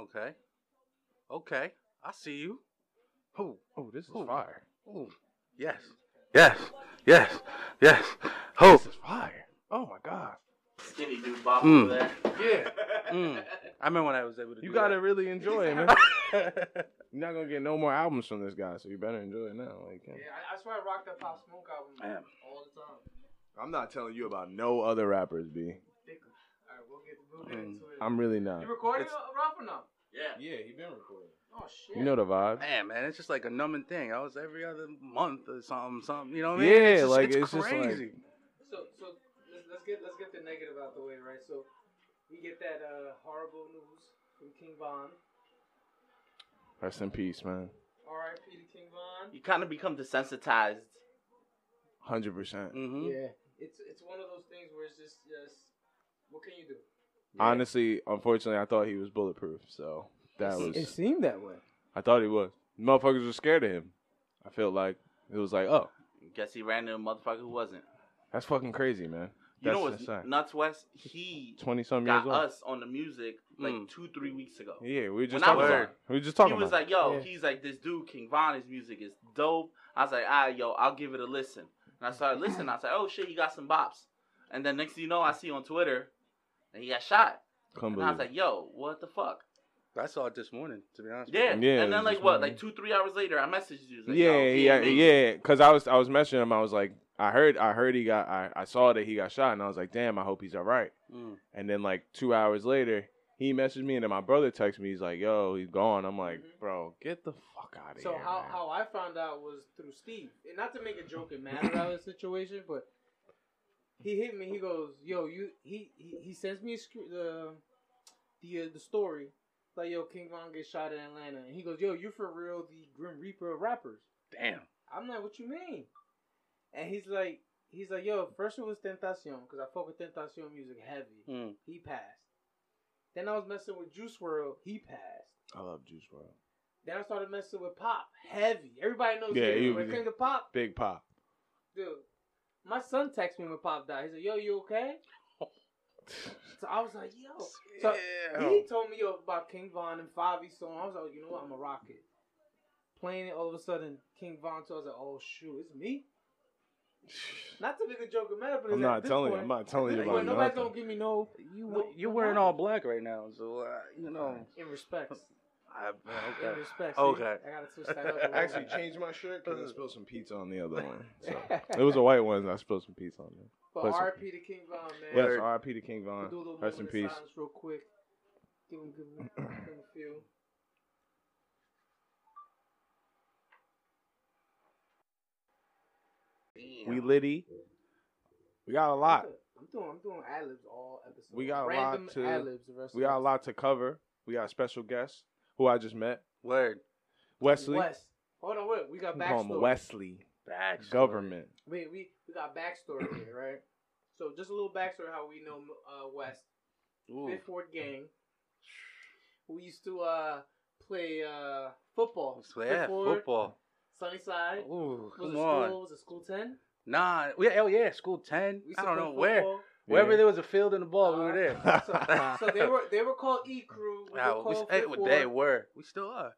Okay. Okay. I see you. Who? Oh, this is Ooh. fire. Ooh. Yes. Yes. Yes. Yes. Who? This is fire. Oh my god. Skinny dude bop Mm. Hmm. over there. Yeah. Mm. I remember when I was able to. You do gotta that. really enjoy it, man. You're not gonna get no more albums from this guy, so you better enjoy it now. Like, uh, Yeah, I, I swear I rocked that Pop Smoke album Man. all the time. I'm not telling you about no other rappers, B. Thicker. All right, we'll get, we'll get into it. Mm, I'm really not. you recording It's- uh, Ralph or no? Yeah. Yeah, he been recording. Oh, shit. You know the vibe. Man, man, it's just like a numbing thing. I was every other month or something, something. You know what I mean? Yeah, it's just, like, it's, it's just crazy. So, so let's, let's get let's get the negative out the way, right? So, we get that uh, horrible news from King Von. Rest in peace, man. R.I.P. to King Von. You kind of become desensitized. Hundred percent. hmm Yeah, it's it's one of those things where it's just just what can you do? Honestly, unfortunately, I thought he was bulletproof. So that was. seemed that way. I thought he was. Motherfuckers were scared of him. I felt like it was like, oh, Guess he ran into a motherfucker who wasn't. that's fucking crazy, man. You That's know what's insane. nuts, West? He Twenty some years got old. us on the music like Mm. two, three weeks ago. Yeah, we were just When I talking was- about. it. We were just talking he was about. like, yo, Yeah. he's like, this dude, King Von, his music is dope. I was like, ah, yo, I'll give it a listen. And I started listening. I was like, oh shit, he got some bops. And then next thing you know, I see on Twitter that he got shot. it. Couldn't And I was believe like, yo, what the fuck? I saw it this morning, to be honest. Yeah. With Yeah, and then, it's like, just what, one- like two, three hours later, I messaged you. I was it. Like, yeah, yo, he yeah, ain't make it. yeah. Because I was, I was messaging him. I was like, I heard, I heard he got, I, I saw that he got shot, and I was like, damn, I hope he's all right. you. Mm. And then like two hours later, he messaged me, and then my brother texted me. He's like, yo, he's gone. I'm like, Mm-hmm. Mhm. bro, get the fuck out of So here. how, man." how I found out was through Steve, and not to make a joke and mad about the situation, but he hit me. He goes, "Yo, you." He he, he sends me a scre- the the uh, the story like, "Yo, King Von gets shot in Atlanta," and he goes, "Yo, you're for real the Grim Reaper of rappers." Damn. I'm like, "What you mean?" And he's like, he's like, "Yo, first it was Tentacion because I fuck with Tentacion music heavy. Mm. He passed. Then I was messing with Juice World. He passed." I love Juice World. Then I started messing with Pop, heavy. Everybody knows Yeah, yeah, he when was- it came to Pop, Big pop. dude. My son texted me when Pop died. He said, "Yo, you okay?" So I was like, "Yo." So he told me yo, about King Von and Favi's song. I was like, "You know what? I'm a rocket." Playing it, all of a sudden, King Von. So I was like, "Oh shoot, it's me." Not to make a joke of matter, but I'm it's at not this telling you. point, I'm not telling you at this about point, nobody's nothing. gonna give me no. You, no- you're no wearing problem. all black right now, so, uh, you know. In respect. I, In okay. respect. see? Okay. I gotta switch that up. a little I actually bit. changed my shirt because I spilled some pizza on the other one. So. It was a white one. and I spilled some pizza on it. But Listen. R.P. to King Von, man. Yes, Word. R.I.P. to King We'll Von. do a little Rest in moment peace. of silence real quick. Give him, give him, give him a few. We litty. We got a lot. I'm doing, I'm doing ad libs all episodes. We got a lot Random to- ad libs. The rest We of got a the- lot to cover. We got a special guest who I just met, Word. Wesley. Wes. Hold on, wait. We got We call him backstory. Wesley. Backstory. Government. Wait, we we got backstory here, right? So just a little backstory how we know uh, West Ooh. Fifth Ward Gang. We used to uh, play uh, football. So, yeah, Fifth Ward, football. Sunnyside. Oh, Ooh, was come it on. school? Was it school ten? Nah, we, oh yeah, school 10. We used I to don't play know where. football. Wherever Yeah. there was a field and a ball, we were there. Uh, so, so they were they were called E Crew. We Wow, were we, called hey, Fifth they Ward. were. We still are.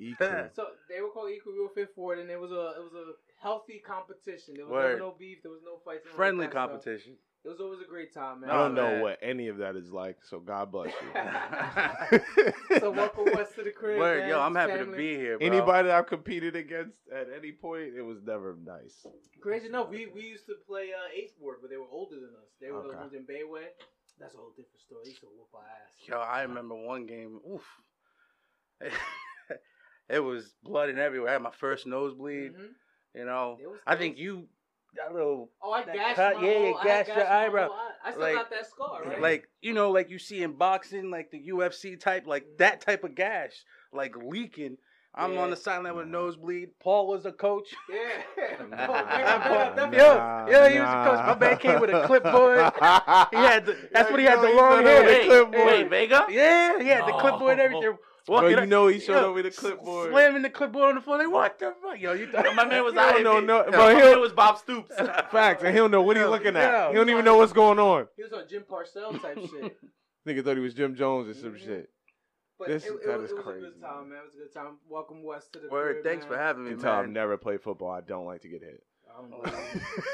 E. Yeah. Crew. So they were called E Crew. We were Fifth Ward, and it was a it was a healthy competition. There was Word. never no beef. There was no fights. none of Friendly that stuff. competition. It was always a great time, man. I don't Nah, know man. what any of that is like, so God bless Word, you. So welcome West to the crib. man. yo, I'm His happy to family. be here, bro. Anybody that I've competed against at any point, it was never nice. Crazy enough, we we used to play uh, Eighth Ward, but they were older than us. They were the Okay. ones in Bayway. That's a whole different story. They used to whoop our ass. Yo, I remember one game. Oof. it was blood and everywhere. I had my first nosebleed. Mhm. You know, It was- I think you got a little Oh, I that gashed cut- my yeah, you whole, I gashed your my whole eyebrow. eye. I still Like- got that scar, right? like you know, like you see in boxing, like the UFC type, like that type of gash, like leaking. I'm Yeah. on the sideline Mm-hmm. with a nosebleed. Paul was a coach. yeah. Oh, man, Nah, definitely- Yo, yo, he was a coach. My man came with a clipboard. He had the, that's what he had the long hair. Wait, clipboard. wait, Vega? Yeah, he had the No. clipboard and everything. Bro, Walking you up- know he showed yo, up with a s- clipboard. Slamming the clipboard on the floor. Like, what the fuck? Yo, you thought My man was He don't out here. know big- no- My bro, he'll- man was Bob Stoops. Facts, and he don't know what he Yeah, looking yeah. at. He don't even know what's going on. He was on Jim Parcell type shit. Nigga thought he was Jim Jones or some Mhm. shit. But This- it, it, that is was, it was a crazy, good time, man. It was a good time. Welcome West to the Word, crib, thanks man. for having me, Can tell I've Mm, man. never played football. I don't like to get hit. I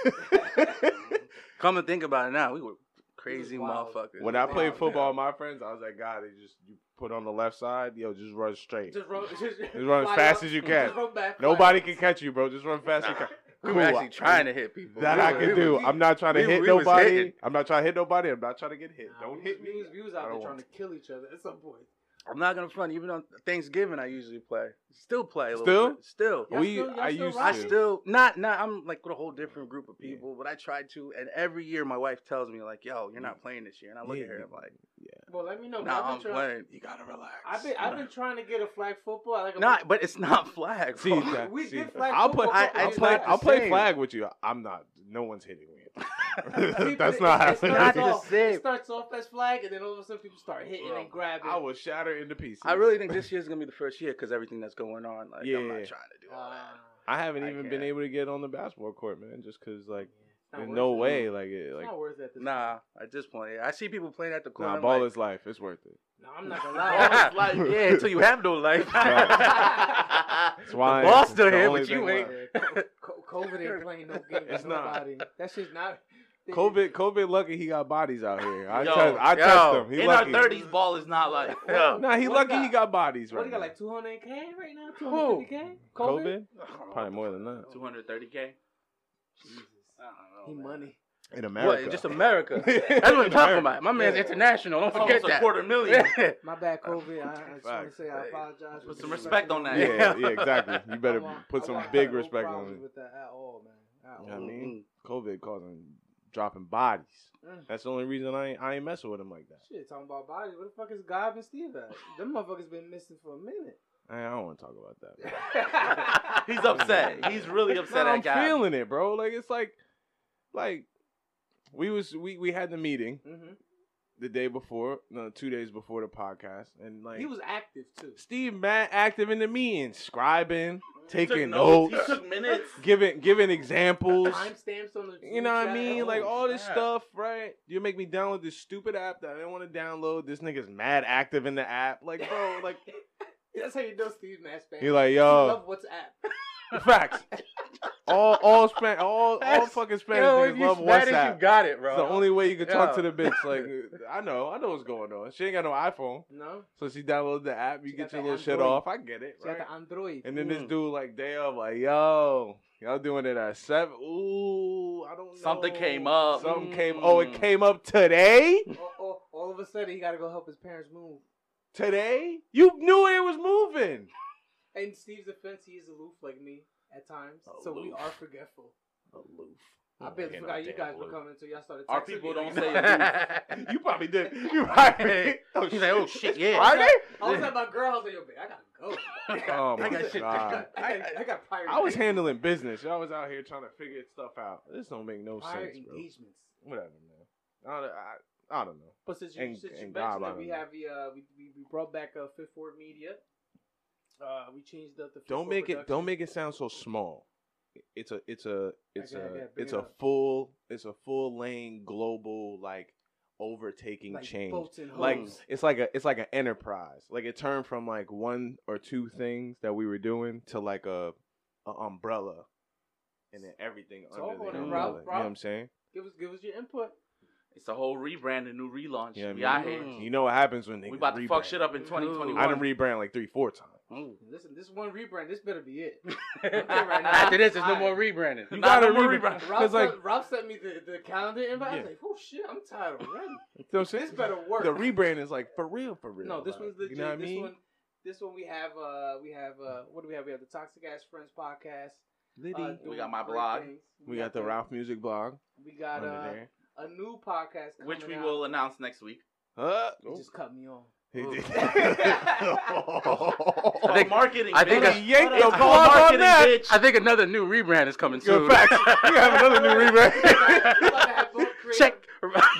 don't know. Come and think about it now. We were crazy wild. motherfuckers. when I Wow, played man. football, with my friends, I was like, God, they just you put on the left side, yo, just run straight. just run, just, run as fly fast up, as you just can. run back, fly Nobody up. can catch you, bro. Just run fast. as you Nah. can. we Cool. were actually trying to hit people. That We I were- can we do. were- I'm not trying to we- hit we was nobody. hitting. I'm not trying to hit nobody. I'm not trying to get hit. Nah, Don't we hit was- me. We was, we was I out there don't trying want to kill each other at some point. I'm not gonna front. Even on Thanksgiving, I usually play. Still play a little Still? bit. Still. Y'all We- still- y'all I still used I rocking? to. still not not I'm like with a whole different group of Yeah. people, but I try to and every year my wife tells me like, "Yo, you're not playing this year." And I look Yeah, at her you- I'm like, Well, let me know. "No, 'cause I've been I'm trying- playing." You gotta relax. I've been I've been trying to get a flag football. Like Not, but it's not flag. See, bro. that- we see, did flag I'll football put. a I, couple I'll years play. back. I'll play Same. flag with you. I'm not. No one's hitting me. People- That's it- not it, happening. Not starts the off, same. it starts off as flag, and then all of a sudden people start hitting Bro, and grabbing. I will shatter into pieces. I really think this year's gonna be the first year because everything that's going on. Like, Yeah. I'm not trying to do all Uh, that. I haven't I even can't. been able to get on the basketball court, man, just because like it's not there's worth no it. way, like it, It's like not worth it. At this Nah, at this point, yeah. I see people playing at the court. nah, I'm ball like, is life. It's worth it. point. No, I'm not gonna lie. Nah, ball is life. yeah, until you have no life. Right. That's why ball's it's still the here, only but you thing ain't. left. Yeah, co- co- COVID ain't playing no game. It's It's not. nobody. That shit's not. COVID, COVID, lucky he got bodies out here. I Yo, touched, I yo, touched him. He In lucky. our 30s, ball is not life. Yeah. Nah, he What lucky got- he got bodies What right do you got now. like 200k right now? 250k. COVID, probably more than that. 230K. Jesus. I Oh, He don't know, man. money. In America, What? Just America. That's In what I'm talking America. about. My man's Yeah. international. Don't That's forget almost a that. quarter million. My bad, COVID. I, I just want Facts. to say I Hey, apologize. put for some the respect on that. Yeah, Yeah. yeah, exactly. You better I want- put I some want big no respect on problems it. with that at all, man. At You know what I all. mean, COVID causing dropping bodies. Mm. That's the only reason I ain't, I ain't messing with him like that. Shit, talking about bodies. Where the fuck is Gob and Steve at? Them motherfuckers been missing for a minute. Mm-hmm. I I don't want to talk about that. He's upset. He's really upset Nah, at I'm God. feeling it, bro. Like it's like, like we was we we had the meeting hmm the day before, no, two days before the podcast, and like He was active too. Steve Matt active in the meeting, scribing, He took taking notes. notes, He took minutes. giving giving examples. Timestamps on the. You know what I mean? Like Oh, all this snap. stuff, right? You make me download this stupid app that I didn't want to download. This nigga's mad active in the app. Like, bro, like that's how you know Steve Nash fan. you're like, oh. He yo, love WhatsApp. facts. All all span all all That's- fucking Spanish Yo, if niggas love Spanish, WhatsApp. you got it, bro. It's the only way you can talk Yo. to the bitch. Like, I know, I know what's going on. She ain't got no iPhone, No, so she downloaded the app. You She get got your the little shit Android. off. I get it, she right? got the Android. And then this Mm. dude like day of like, yo, y'all doing it at seven? Ooh, I don't know. Something came up. Something came. Oh, it Mm. came up today. all, all- all of a sudden, he got to go help his parents move. Today? You knew it was moving. And Steve's offense, he is aloof like me at times, so we Aloof. are forgetful. Aloof. I barely forgot you guys were coming until y'all started. Our texting people me, like, don't say You probably did. You probably. Oh, He's like, oh shit, yeah. Friday? I was at my girl house. Like, Yo, babe, I gotta go. Oh I my got shit to god. do. I, got- I got prior. I was handling business. Y'all was out here trying to figure stuff out. This don't make no prior sense, bro. engagements. Whatever, man. I don't, I, I don't know. But since you, And- since you and mentioned God, I it, we don't know. have the uh, we, we we brought back uh, Fifth Ward Media. Uh, we changed up the. Fifth Don't Ward make it. production. Don't make it sound so small. It's a. It's a. It's Okay, okay, a. big It's a enough. full. It's a full lane global like overtaking like change. boats and like hoes. it's like a it's like an enterprise. Like it turned from like one or two things that we were doing to like a, a umbrella, and then everything It's under all the on it, umbrella. you Ralph, know what Ralph. I'm saying? give us give us your input. It's a whole rebrand, a new relaunch. You know what we I out mean? here. Mm. You know what happens when they Hmm. We about to fuck shit up in Ooh. I 2021. done rebrand like three, four times. Mm. Listen, this one rebrand. This better be it. After this, there's no more rebranding. You Nah, gotta no more rebrand. rebrand. Rob, Because like, sent, Rob sent me the, the calendar invite. I Yeah. was like, oh shit, I'm tired already. you know what I'm saying? this better work. The rebrand is like for real, for real. No, this like, one's legit. You know what I this mean? one, this one we have. Uh, we have. Uh, what do we have? We have the Toxic Ass Friends podcast. Uh, Liddy. doing got my great blog. things. we got the Ralph Music blog We got under uh, there. a new podcast, Which we coming out. will uh, announce next week. Huh? You just cut me on. He Ooh. did. I I think- think, marketing. I think bitch. I- He yanked It's the It's plug called on marketing, that. bitch. I think another new rebrand is coming Yo, soon. facts. We have another new I'm about to rebrand. have more creative- check.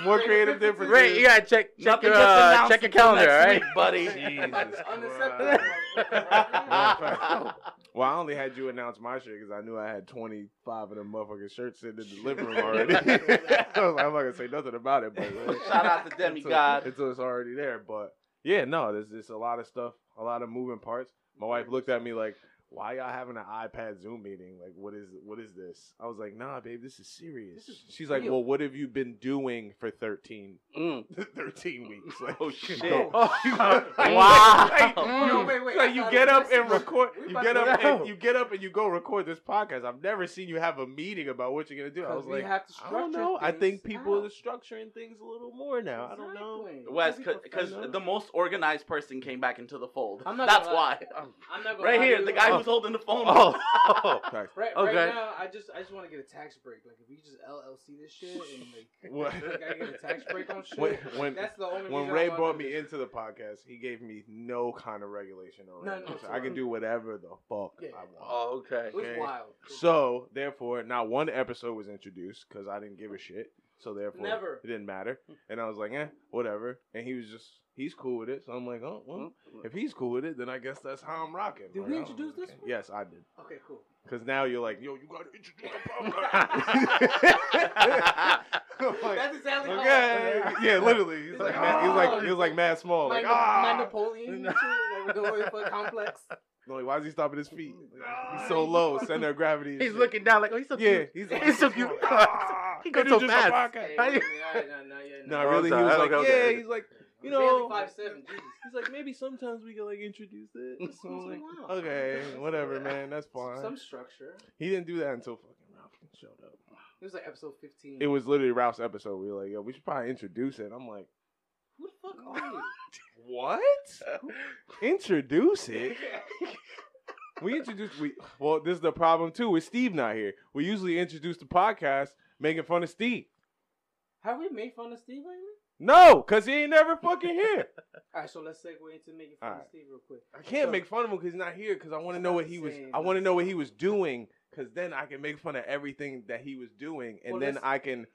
More creative differences. Ray, you gotta check check Nothing your gets uh, announced check your until calendar, all next right? week, buddy. I'm about to Jesus unaccept Christ. this motherfucker right now. Yeah, facts. Well, I only had you announce my shit because I knew I had 25 of them motherfucking shirts sitting in the living room already. I was like, I'm not going to say nothing about it, but uh, Shout out to until- Demigod. Until it's already there. But Yeah, no, there's just a lot of stuff, a lot of moving parts. My wife looked at me like, "Why y'all having an iPad Zoom meeting? Like, what is what is this?" I was like, "Nah, babe, this is serious." This is She's like, real. "Well, what have you been doing for 13, Mm. 13 weeks?" Like, Oh, shit. no. Wow. No, wait, wait. Like, I you thought get it was up and this. record. We You about get to up go and out. you get up and you go record this podcast. I've never seen you have a meeting about what you're gonna do. I Because was we like, have to I don't structure know. I think things people out. are structuring things a little more now. I don't know. Exactly. Wes, Be because professional. the most organized person came back into the fold. I'm not That's gonna why. lie. I'm not gonna Right lie here, to the you. guy who's holding the phone. Oh. Sorry. Right, Okay. right now, I just I just want to get a tax break. Like if you just LLC this shit and like What? I get a tax break on shit. When- like, when- that's the only when reason Ray I wanna brought do me this. into the podcast, he gave me no kind of regulation or No, anything. no, so I can it's- do whatever the fuck Yeah. I want. Oh, okay. It was okay. wild. So therefore, not one episode was introduced because I didn't give a shit. So therefore, Never. Hmm. it didn't matter. And I was like, eh, whatever. And he was just, he's cool with it. So I'm like, oh, well, if he's cool with it, then I guess that's how I'm rocking. Did Like, we I don't introduce really this care. one? Yes, I did. Okay, cool. Because now you're like, yo, you gotta introduce the podcast. I'm like, That's exactly how Okay. oh. I felt. Yeah, literally. He's like, mad, he's like, he's like mad small. My, Like, Na- my ah. Napoleon shit, like the warrior for complex. Like, why is he stopping his feet? Like, he's so low, center of gravity. and He's shit. looking down like, oh, he's so Yeah, cute. he's He's so cute. Ah, He goes it so is just a fast. podcast. Hey, How you- all right, nah, nah, yeah, No, nah. Oh, really, he sorry. was Okay, like, okay. yeah, he's like, you I'm barely know, five seven. Jesus. he's like, maybe sometimes we can like introduce this. Once in a while. okay, whatever, man, that's fine. Some structure. He didn't do that until fucking Ralph showed up. It was like episode fifteen. It was literally Ralph's episode. We were like, yo, we should probably introduce it. I'm like, Who the fuck are you? what? introduce it? We introduced we well, this is the problem too with Steve not here. We usually introduce the podcast making fun of Steve. Have we made fun of Steve lately? No, cause he ain't never fucking here. All right, so let's segue into making fun Alright. of Steve real quick. I can't So- make fun of him because he's not here. Cause I want to It's know not what the he was. same, I not want to the know what same. he was doing. Cause then I can make fun of everything that he was doing, and Well, then let's- I can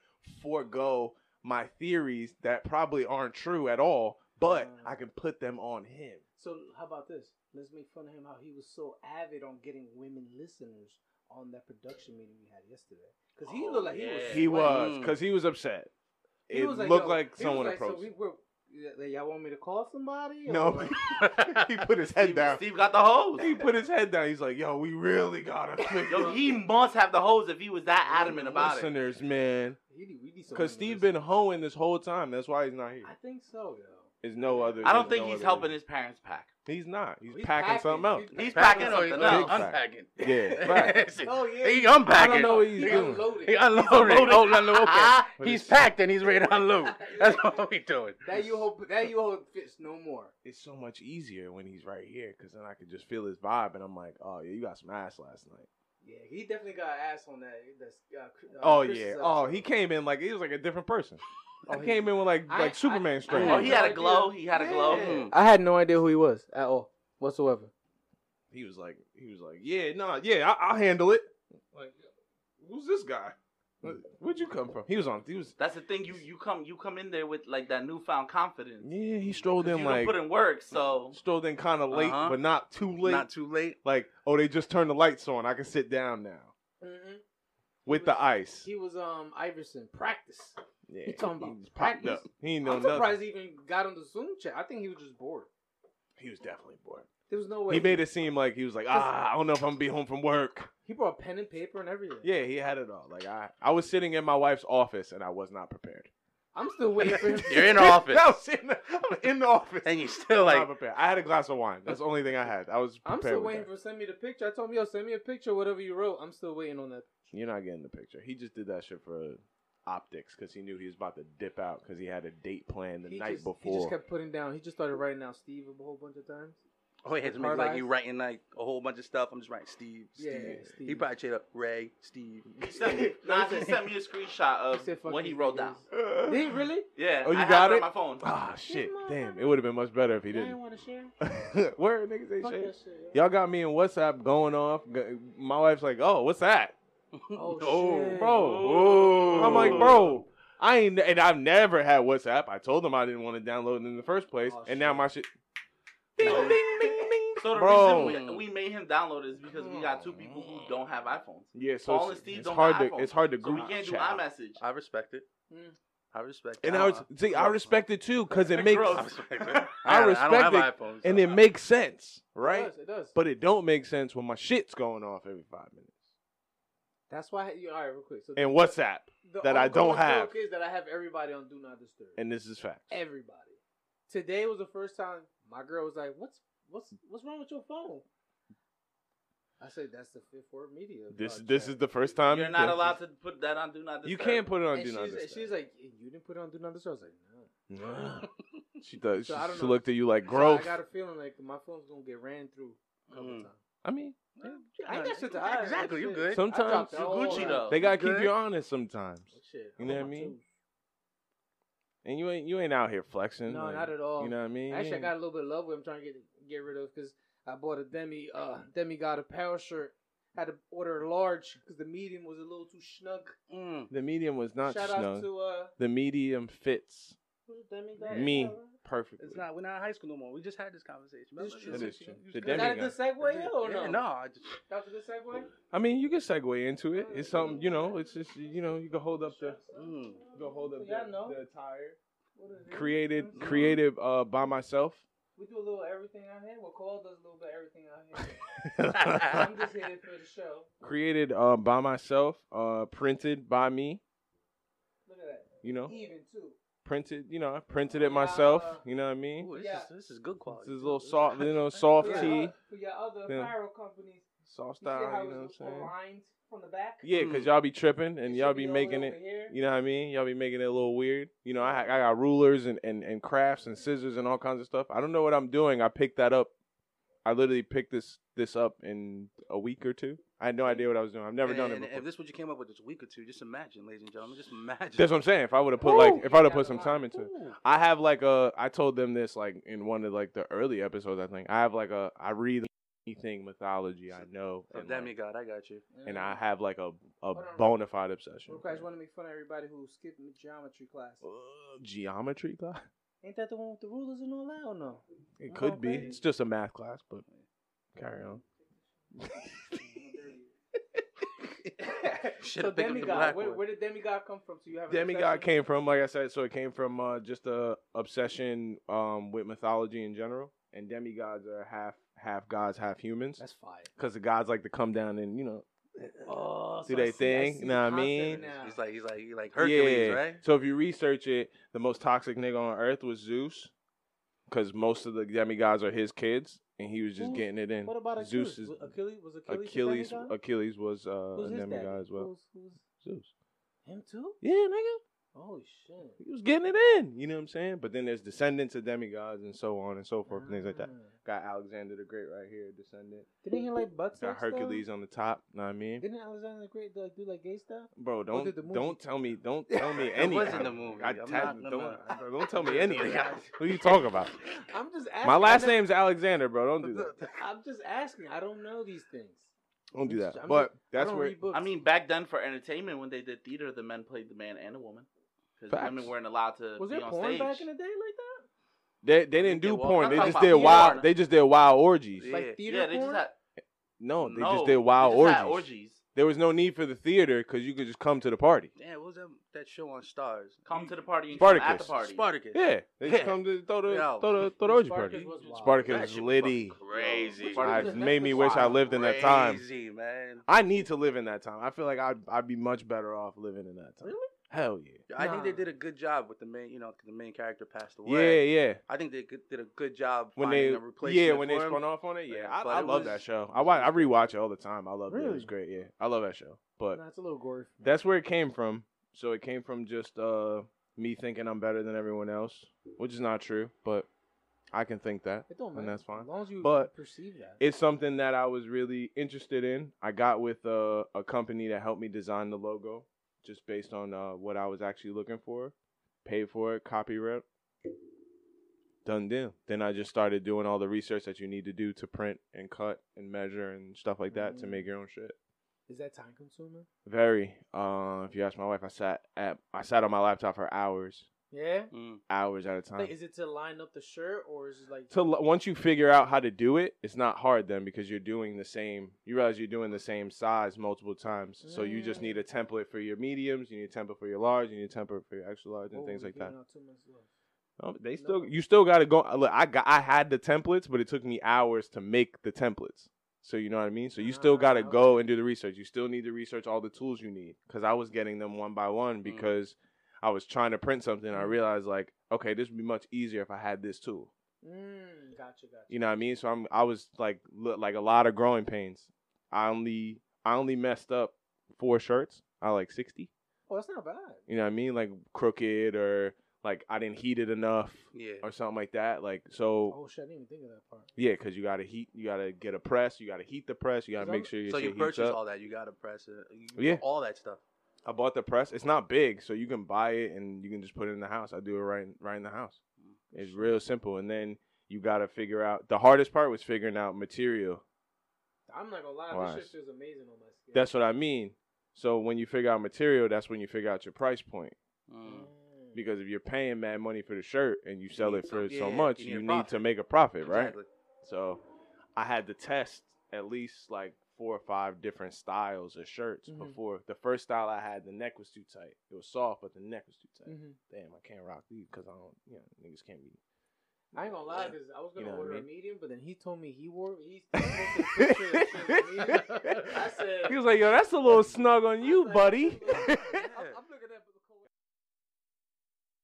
forego my theories that probably aren't true at all. But Uh. I can put them on him. So how about this? Let's make fun of him how he was so avid on getting women listeners on that production meeting we had yesterday. Because he Oh, looked like Yeah. He he was. sweating. was because he was upset. He it was looked yo, like he someone was approached. So we were, yeah, like, y'all want me to call somebody? no, or- he put his head Steve, down. Steve got the hose. He put his head down. He's like, "Yo, we really gotta Yo, he must have the hose if he was that adamant about it. listeners, man." He need- we need some Because women Steve been hoeing this whole time. That's why he's not listeners. here. I think so, yo. There's no other. I don't there's think no he's other helping reason. his parents pack. He's not. He's, He's packing, packing. something else. He's Packing packing or he's something big else. unpacking. Yeah, facts. Oh yeah. He I unpacking. don't know what he's He doing. unloaded. He unloaded. He's Oh, no, no, okay. But He's it's- packed and he's ready to unload. That's what we doing. That you hope that you hope fits no more. It's so much easier when he's right here because then I can just feel his vibe and I'm like, oh yeah, you got some ass last night. Yeah, he definitely got ass on that. That's, uh, Chris- uh, oh Chris's yeah. episode. Oh, he came in like he was like a different person. Oh, he he- came in with like I- like I- Superman I strength. Oh, he had a idea. glow. He had a glow. Yeah. Hmm. I had no idea who he was at all whatsoever. he was like, he was like, yeah, no, yeah, I, I'll handle it. Like, who's this guy? Where- Where'd you come from? He was on. He was. That's the thing. You you come you come in there with like that newfound confidence. Yeah, he strolled 'Cause in You don't like put in work, so strolled in kind of late, Uh-huh. but not too late. Not too late. like, oh, they just turned the lights on. I can sit down now Mm-hmm. with the ice. He was um Iverson practice. yeah, he talking about he just popped practice? up. He ain't know I'm nothing. surprised he even got on the Zoom chat. I think he was just bored. He was definitely bored. There was no way He made it seem like he was like, ah, I don't know if I'm gonna be home from work. He brought pen and paper and everything. Yeah, he had it all. Like I, I was sitting in my wife's office and I was not prepared. I'm still waiting for him. You're in the office. I was in the, I'm in the office. And you still Not like, prepared. I had a glass of wine. That's the only thing I had. I was prepared. I'm still with waiting that. for send me the picture. I told him, yo, send me a picture, whatever you wrote. I'm still waiting on that. You're not getting the picture. He just did that shit for optics because he knew he was about to dip out because he had a date planned the he night just, before. He just kept putting down. He just started writing down Steve a whole bunch of times. oh, he had to make Hard like eyes. you writing like a whole bunch of stuff. I'm just writing Steve. Steve. Yeah, Steve. He probably checked up Ray, Steve. he sent me, no, he sent me a screenshot He of said, "Fuck what he these wrote niggas." down. Did he really? Yeah. Oh, you I have got on it? my phone. Ah, shit. Damn. It would have been much better if he Nah, I didn't didn't. want to share. Where niggas ain't Fuck shit. that shit. yo. Y'all got me in WhatsApp going off. G- My wife's like, "Oh, what's that?" Oh, shit. bro. Oh. I'm like, "Bro, I ain't." And I've never had WhatsApp. I told them I didn't want to download it in the first place, Oh, and shit. now my shit. No. So the Bro. reason we, we made him download is because we got two people who don't have iPhones. Yeah, so Paul it's, and Steve it's don't hard have to iPhones, it's hard to So group we can't do chat. Hmm. iMessage. I respect it. Uh, I respect And that. I was, see, I respect it too because it makes I Gross. respect that. I don't- I respect don't have iPhones. and it makes sense, right? It does. It does. But it don't make sense when my shit's going off every five minutes. that's why. You, all right, real quick. So And WhatsApp, the that I don't ongoing have. joke Is that I have everybody on Do Not Disturb. and this is fact. everybody. Today was the first time my girl was like, "What's what's what's wrong with your phone?" I said, "That's the fifth word media." This this is the first time Oh, You're not allowed to put that on Do Not Disturb. You can't put it on. And do she's, not and disturb. she's like, "You didn't put it on Do Not Disturb." I was like, "No." Nah. she does. So she I don't she know. looked at you like So growth. Mm-hmm. I got a feeling like my phone's gonna get ran through a couple Mm. times. I mean, I ain't got shit to hide. like, Exactly, you shit. good. I sometimes dropped You all Gucci, that though. they gotta keep Good. you honest sometimes, Shit. You know what I'm I on mean? two. and you ain't you ain't out here flexing. No, like, not at all. You know what I mean? Actually, I got a little bit of love with him trying to get get rid of because I bought a demi uh demi got apparel shirt. Had to order a large because the medium was a little too snug. Mm. the medium was not Shout out snug. to uh The medium fits who's the demi god? me Is perfectly. It's not. We're not in high school no more. We just had this conversation. This is Remember? true. It's- That is it's- true. The it's- that demi- a good segue Yeah, here or no? no, I just, That was a good segue? I mean, you can segue into it. It's something you know. It's just you know you can hold up the mm. you can hold up Yeah, I the, know. the attire. What is it? Created Mhm. created uh by myself. We do a little everything out here. Well, Cole does a little bit of everything out here. I'm just here for the show. created uh by myself. Uh, printed by me. Look at You know. that. Even too. printed, you know, I printed it myself. You know what I mean? Ooh, this, Yeah. is, this is good quality. This is a little soft, you know, soft For your tea, o- For your other Yeah. apparel companies, soft you see how style. You know what I'm it's saying? aligned from the back? Yeah, cause y'all be tripping and It y'all should be all making over it. Here. You know what I mean? Y'all be making it a little weird. You know, I I got rulers and and and crafts and scissors and all kinds of stuff. I don't know what I'm doing. I picked that up. I literally picked this this up in a week or two. I had no idea what I was doing. I've never and, done it and before. if this is what you came up with this week or two, just imagine, ladies and gentlemen, just imagine. That's what I'm saying. If I would have put Ooh. like, if I would have Yeah, put some wow. time into it. Ooh. I have like a. I told them this like in one of like the early episodes. I think I have like a. I read anything mythology I know, Oh, and, damn like, you, God, I got you. and I have like a a Hold on. bona fide obsession. Real quick, I just want to make fun of everybody who skipped the geometry class. Uh, geometry class? Ain't that the one with the rulers and all that or no? It could be. Okay. It's just a math class, but carry on. Should so have picked up the demigod, black where, one. where did demigod come from? So you have an Demigod obsession? came from, like I said, so it came from uh, just a obsession um, with mythology in general. And demigods are half half gods, half humans, That's fire. because the gods like to come down and you know Oh, Do so they I see- I think? see Know the what I concept mean? now. He's like, he's like, he's like Hercules, right? So if you research it, the most toxic nigga on earth was Zeus, because most of the demigods are his kids, and he was just Who's- getting it in. what about Achilles? Zeus? Is, Was Achilles was Achilles. Achilles, a demigod? Achilles was uh, Who's a his demigod daddy? as well. Who's, who's Zeus. him too? Yeah, nigga, Holy shit! he was getting it in. You know what I'm saying? But then there's descendants of demigods and so on and so forth, and things like that. Ah. Got Alexander the Great right here, descendant. Didn't he like Got butt sex? though? Hercules on the top. Know what I mean? Didn't Alexander the Great like do like gay stuff? Bro, did don't the movie- don't tell me don't tell me It any. wasn't the movie. I, I'm tell- not- no, don't, no. bro, don't tell me anything. Yeah. Who you talking about? I'm just asking. My last I never- name's Alexander, bro. Don't do that. I'm just asking. I don't know these things. Don't do that. I'm But I that's don't where read books. I mean, back then for entertainment, when they did theater, the men played the man and the woman because Facts. women weren't allowed to was be there on porn stage. back in the day like that? they they didn't Yeah, do well, porn. I'm They talking just about did porn. wild. They just did wild orgies. Yeah. Like theater yeah, they porn? just had No, they no, just did wild they just had orgies. There was no need for the theater because you could just come to the party. Yeah, what was that, that show on Stars? Come to the party and Spartacus. come at the party. Spartacus. Yeah, they just Yeah. come to throw the Yo. throw the, throw the orgy party. was wild. Spartacus That is shit was litty. fucking Crazy. Spartacus- I was made me wish Netflix I wild. lived in that time. Crazy, man. I need to live in that time. I feel like I'd I'd be much better off living in that time. Really? Hell yeah. I think they Nah. did a good job with the main, you know, 'cause the main character passed away. Yeah, yeah. I think they good- did a good job When finding they a replacement. yeah when they for him. spun off on it yeah I, But I it love was- that show I watch I rewatch it all the time I love it Really? it's great yeah I love that show but Nah, it's a little gory. for me. that's where it came from. So it came from just uh me thinking I'm better than everyone else, which is not true, but I can think that. It don't and matter. that's fine. As long as you But perceive that. It's something that I was really interested in. I got with uh, a company that helped me design the logo just based on uh, what I was actually looking for. Paid for it, copyright. Done deal. Then I just started doing all the research that you need to do to print and cut and measure and stuff like that to Mm. make your own shit. Is that time consuming? Very. Uh, if you ask my wife, I sat at I sat on my laptop for hours Yeah. Mm. hours at a time. Like, is it to line up the shirt or is it like to l- once you figure out how to do it, it's not hard then because you're doing the same. You realize you're doing the same size multiple times, so you just Mm. need a template for your mediums. You need a template for your large. You need a template for your extra large and Oh, things we like that. giving out too much love. Oh, No, they still No. you still got to go. uh, Look, I got I had the templates, but it took me hours to make the templates. So you know what I mean. So you still Ah, got to okay. go and do the research. You still need to research all the tools you need because I was getting them one by one because I was trying to print something. I Mm. realized like, okay, this would be much easier if I had this tool. Mm, gotcha, gotcha. You know what I mean? So I'm I was like look, like a lot of growing pains. I only I only messed up four shirts out of like sixty. Oh, that's not bad. You know what I mean? Like crooked or like I didn't heat it enough Yeah. or something like that. Like so Oh shit, I didn't even think of that part. yeah, because you gotta heat you gotta get a press, you gotta heat the press, you gotta Cause make I'm- sure your So shit you heats purchase up. all that. You got to press it. You, Yeah. All that stuff. I bought the press. It's not big, so you can buy it and you can just put it in the house. I do it right in, right in the house. Mm. It's real simple. And then you gotta figure out the hardest part was figuring out material. I'm not gonna lie, Why? this shit feels amazing on my skin. That's what I mean. So when you figure out material, that's when you figure out your price point. Mm. Mm. Because if you're paying mad money for the shirt and you sell need it for some- so yeah, much, you you need need, a to profit. make a profit, right? Exactly. So I had to test at least like four or five different styles of shirts Mhm. before. The first style I had, the neck was too tight. It was soft, but the neck was too tight. Mhm. Damn, I can't rock these because I don't, you know, niggas can't be. I ain't gonna lie, because I was gonna You know what order I a mean? medium, but then he told me he wore. He posted a picture of shit with me. I said, He was like, yo, that's a little snug on you, I'm like, buddy. I'm, I'm looking at the cold-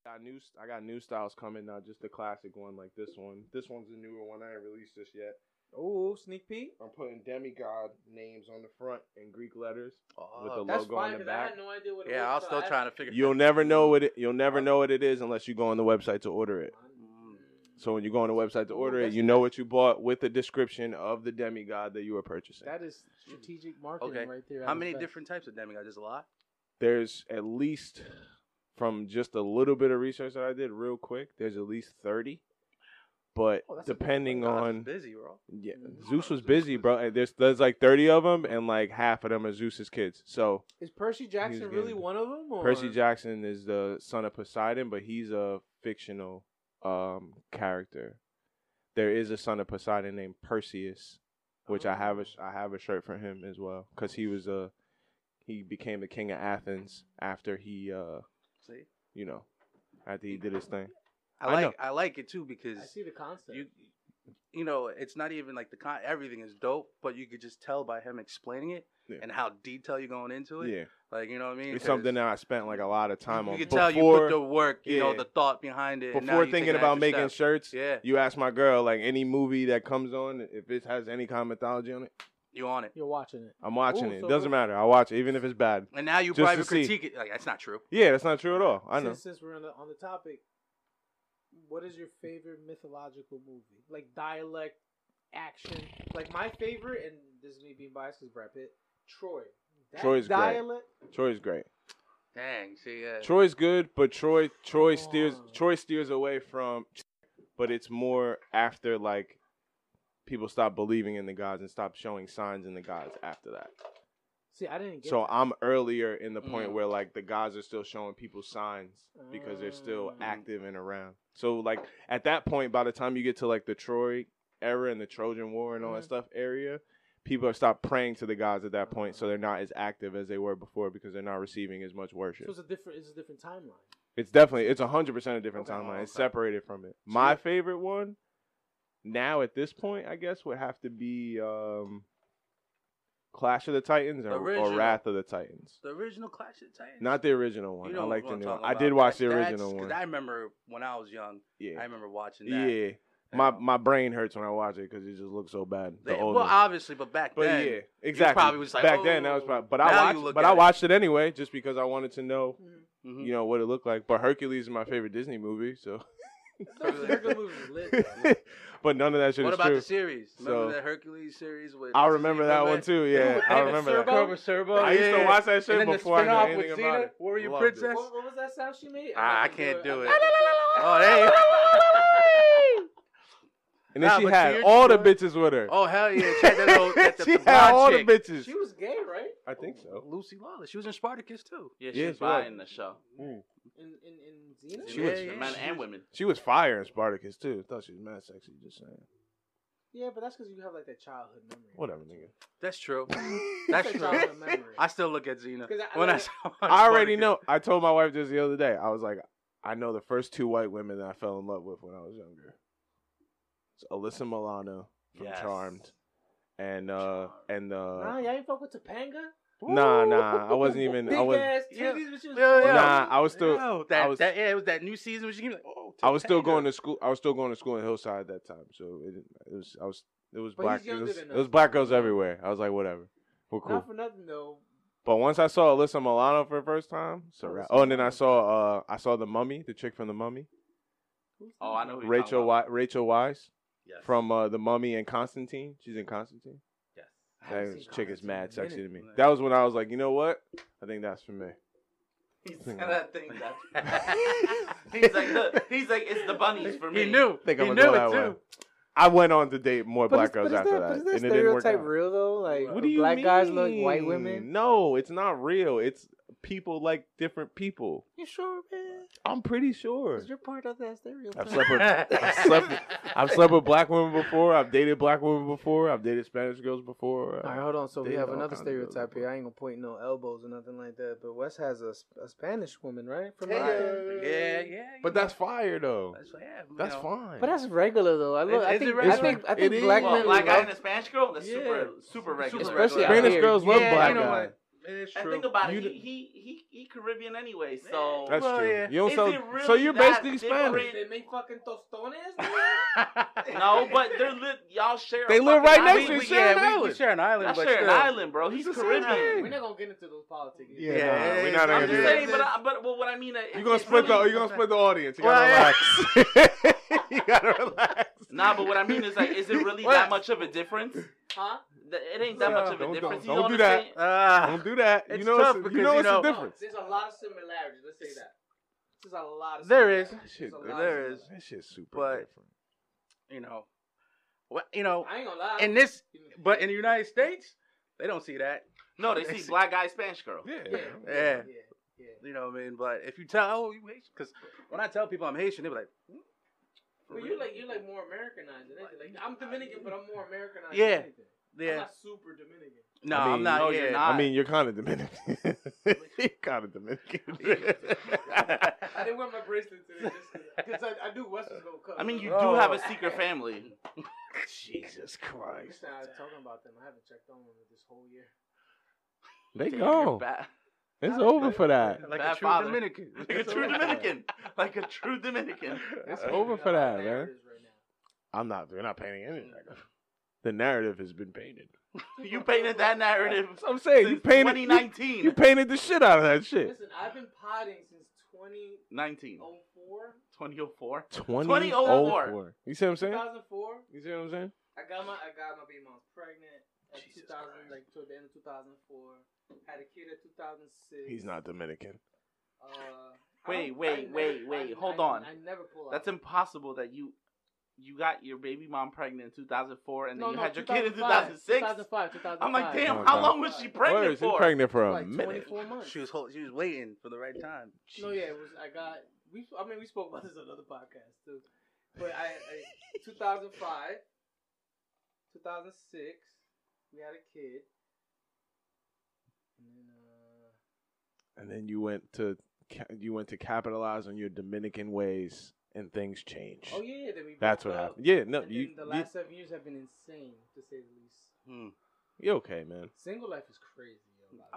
got new I got new styles coming now, just the classic one like this one. This one's a newer one. I ain't released this yet. Oh, sneak peek. I'm putting demigod names on the front in Greek letters. Oh, With the that's- That's Logo on fine the because I back. had no idea what. It yeah, I was was, so still I- trying to figure. You'll that never out. know what it you'll never know what it is unless you go on the website to order it. Mm. So when you go on the website to Ooh, order it, that's you know what you bought with the description of the demigod that you were purchasing. That is strategic marketing Okay. right there. at How its many best. different types of demigod? There's a lot. there's at least from just a little bit of research that I did real quick, there's at least 30. But Oh, that's a good depending God's on busy, bro. Yeah, Mm. Zeus was Zeus busy, was- bro. And There's there's like 30 of them, and like half of them are Zeus's kids. So Is Percy Jackson getting- really one of them? Or? Percy Jackson is the son of Poseidon, but he's a fictional um character. There is a son of Poseidon named Perseus, which Oh. I have a sh- I have a shirt for him as well because he was a he became the king of Athens after he uh See, you know after he did his thing. I I like know. I like it too I because see the concept. you you know it's not even like the con everything is dope, but you could just tell by him explaining it Yeah. and how detailed you're going into it. Yeah, Like you know what I mean? it's 'Cause something that I spent like a lot of time you on can before tell you put the work, you know, yeah. the thought behind it. and now before you thinking take an about extra making step. shirts. Yeah, You ask my girl like any movie that comes on if it has any kind of mythology on it, you on it, You're watching it. I'm watching Ooh, it. so It doesn't matter. I watch it even if it's bad. and now you Just to private see. critique it. Like that's not true. Yeah, that's not true at all. I know. Since, since we're on the, on the topic, what is your favorite mythological movie? Like dialect, action. Like my favorite, and this is me being biased because Brad Pitt. Troy. That Troy's great. dialect. Troy's great. Dang, see, yeah. Troy's good, but Troy Troy steers Oh. on. Troy steers away from but it's more after like people stop believing in the gods and stop showing signs in the gods after that. See, I didn't get. So that. I'm earlier in the point Mm. where like the gods are still showing people signs because they're still Mm. active and around. So like at that point, by the time you get to like the Troy era and the Trojan War and all Mhm. that stuff area, people have stopped praying to the gods at that point, so they're not as active as they were before because they're not receiving as much So worship. it's a different. It's a different timeline. It's definitely it's hundred percent a different Okay. timeline. It's Okay. separated from it. My favorite one now at this point, I guess, would have to be um Clash of the Titans or, or Original. Wrath of the Titans. The original Clash of the Titans. Not the original one. You know I like what the I'm new one. talking I about. did watch That- the original that's- 'cause one. I remember when I was young, I yeah, remember watching that. yeah. My my brain hurts when I watch it because it just looks so bad. The They- old well, one. obviously, but back But then, yeah, exactly. probably was like, back then that was "Oh." probably. But Now you I look watched, but at I it. watched it anyway just because I wanted to know, mhm. you know, what it looked like. But Hercules is my favorite Disney movie, so. Those regular movies is lit. though. but none of that shit What is about true. the series? Remember So- that Hercules series with? I remember that one too. Yeah, Remember I David remember that. Serbo? Kerber Serbo. I used to yeah. watch that And shit then the before I knew spin-off with anything about Zena, it. Were You Loved it. Princess? What, what was that sound she made? uh, Ah, I can can't do it. I- Oh, that ain't- And then Nah, she but had you're- all the bitches with her. oh hell yeah! Check that little, that, that, she the had blonde all chick. the bitches. She was gay, right? I think so. Lucy Lawless. She was in Spartacus too. Yeah, Yeah, she's she was. buying the show. in in in Xena? She She was- was men she and was- women. Mm. She was fire in Spartacus too. Thought she was mad sexy. Just saying. Yeah, but that's because you have like that childhood memory. Whatever, nigga. That's true. That's That's a true. childhood memory. I still look at Xena. 'Cause I- When I- I, saw her I already Spartacus. know. I told my wife just the other day. I was like, I know the first two white women that I fell in love with when I was younger. It's Alyssa Milano from Yes. Charmed, and uh, and nah, uh, y'all ain't fuck with Topanga. nah, nah. I wasn't even. Big I was. ass Yeah. titties, but she was. Yeah, yeah. Nah, I was still. Yo, that, I was- that yeah, it was that new season when she came like, oh, I was still Topanga. going to school. I was still going to school in Hillside at that time, so it, it was. I was. It was But he's black. It younger was, than it us. was black girls everywhere. I was like, whatever. We're cool. Not for nothing though. But once I saw Alyssa Milano for the first time, so Alyssa oh, and then I Milano. saw uh, I saw the Mummy, the chick from the Mummy, Who's Oh, I know who you're Rachel talking about. Wi- Rachel Wise Yes. from uh, the Mummy and Constantine. She's in Constantine. Yes. I That haven't seen chick is Constantine in mad a sexy to minute. me. Like- That was when I was like, you know what? I think that's for me. He Think said, about I think that's. he's like, look, he's like, it's the bunnies for me. He knew. I think he I'm knew gonna go it that too. way. I went on to date more But black is- girls but is after but that, is and it didn't work stereotype out. real though? Like What do you black mean? guys look white women. No, it's not real. It's people like different people. You sure, man? I'm pretty sure. Because you're part of that stereotype. I've slept with I've slept with- I've slept with black women before. I've dated black women before. I've dated Spanish girls before. All right, hold on. So we They have all another kinda do stereotype that. here. I ain't gonna point no elbows or nothing like that. But Wes has a, Sp- a Spanish woman, right? From Yeah, Mexico? yeah, yeah. But that's fire though. that's yeah, you That's know. fine. But that's regular though. I look. Is- I is think, it I regular? think. I It think is. black Well, men. uh, black guy love- and a Spanish girl. That's Yeah. super, super regular. Especially out Spanish here. girls love Yeah, black you know guys. what? It's And true. think about You it. d- He, he he he Caribbean anyway, so That's Well, true. yeah. You don't Is sound, it really so you're that basically different? Spanish. They make fucking tostones. no. But they're lit. Y'all share. a They live fucking We- right next island. to we- each yeah, Sharon we- we Island. share an island, Y'all but share an still. island, bro. He's the same Caribbean. thing. We're not gonna get into those politics. Yeah, Yeah, nah, yeah, we're not yeah, gonna I'm do just yeah, that. saying, but I, but well, what I mean, uh, You're gonna it's split the really- you're gonna split the audience. You Well, yeah. gotta relax. you gotta relax. Nah, but what I mean is like, is it really that much of a difference? Huh? Th- It ain't that Yeah, much of don't- a difference. don't- you don't know do what I'm that. saying? Ah, Don't do that. It's you know tough it's, because, you know you it's know- a difference. There's a lot of similarities. Let's say that. There's a lot of. There is. similarities. That shit- There's a lot of There is. That shit's super But- different. you know, what you know, similarities. I ain't gonna lie. in this, but in the United States, they don't see that. No, they see black guy, Spanish girl. Yeah. Yeah. Yeah. Yeah. Yeah. You know what I mean? But if you tell, oh, you Haitian, because when I tell people I'm Haitian, they're like, hmm? For Well, real? you like you like more Americanized. than anything. Like I'm Dominican, but I'm more Americanized. Yeah. Than anything. I'm yeah, not super Dominican. no, I I mean, am not. no, yeah. you're not. I mean, you're kind of Dominican. you're kind of Dominican. I didn't wear my bracelet today because I, I knew Wes was gonna come. I mean, you Oh. do have a secret family. Jesus We Christ. started talking about them. I haven't checked on them this whole year. They Damn, you're go. bad. It's over for that. like a Bad true father. Dominican. Like a true Dominican. Like a true Dominican. That's It's what over we got for a lot that, of man. narratives right now. I'm not. We're not painting anything. The narrative has been painted. You painted that narrative That's what I'm saying. You since painted. You, 2019. you painted the shit out of that shit. Listen, I've been potting since 2004. 19. 2004. 2004. You see what I'm saying? 2004. You see what I'm saying? I got my I got my baby mom pregnant at Jesus 2000, Christ. like toward the end of 2004. Had a kid at 2006. He's not Dominican. Uh, I don't- Wait, I wait, never- wait, wait, I- hold I- on. I never pull out. That's impossible that you you got your baby mom pregnant in 2004 and then you had your kid in 2005, 2006. 2005, 2005. I'm like, damn, Oh, how God. long was she pregnant Where is he for? pregnant for a Like minute? 24 months. She was hold, she was waiting for the right time. No, yeah, it was. I got. We. I mean, we spoke about this on another podcast too. But I, I 2005, 2006, we had a kid. And then, and uh, then you went to ca- you went to capitalize on your Dominican ways, and things changed. oh yeah, yeah, then we. That's broke what up. happened. Yeah, no, And you, then the you last seven years have been insane, to say the least. Hmm. you okay, man? Single life is crazy. yo, I, by the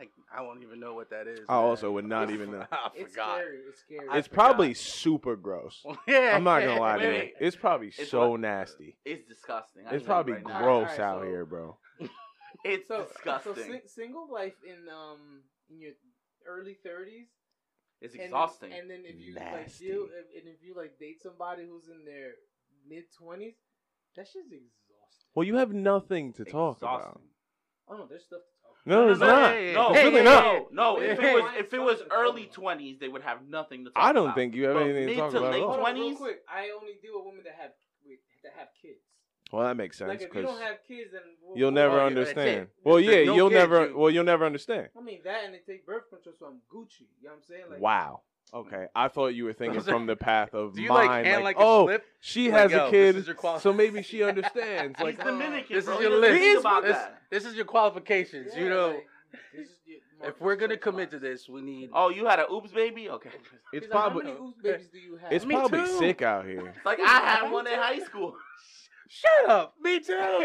way. I I won't even know what that is. I man. also would not even know. I it's forgot. scary. It's scary. It's forgot. probably super gross. yeah, I'm not gonna lie Wait, to you. wait. It's probably It's so what- nasty. It's disgusting. I It's tell you probably right now. gro- gross Alright, out so- here, bro. It's so, disgusting. So sing- single life in um in your early thirties it's and- exhausting. And, then if you like deal, if, and if you like date somebody who's in their mid twenties, that shit's exhausting. Well, you have nothing to talk about. exhausting. Oh no, there's stuff to talk about. No, No, it's no, not. hey, No, It's hey, really hey, not. no, no. If it was, if it was Something to talk early about. twenties, they would have nothing to talk I don't about. think you have But anything to mid talk to about. at late all. Hold on, real 20s? quick. I only deal with women that have with- that have kids. Well, that makes sense Like if you because don't have kids, then we'll, you'll we'll- never yeah, that's understand. it. Well, There's yeah, no you'll kids, never. you- Well, you'll never understand. I mean that, and they take birth control, so I'm Gucci. You know what I'm saying? Like, Wow. Okay, I thought you were thinking from the path of Do you mine. like hand like, a oh, slip? she Like, has yo, a this kid, is your qual- so maybe she understands. He's Like, uh, Dominican, this bro. is He your doesn't list. think about this, that. this is your qualifications. you Yeah, know, like, this is your if we're gonna market commit to size. this, we need. Oh, you had an oops baby? Okay. it's He's like, probably How many oops babies do you have? it's Me probably too. sick out here. It's like I had one in high school. Shut up. Me too. we have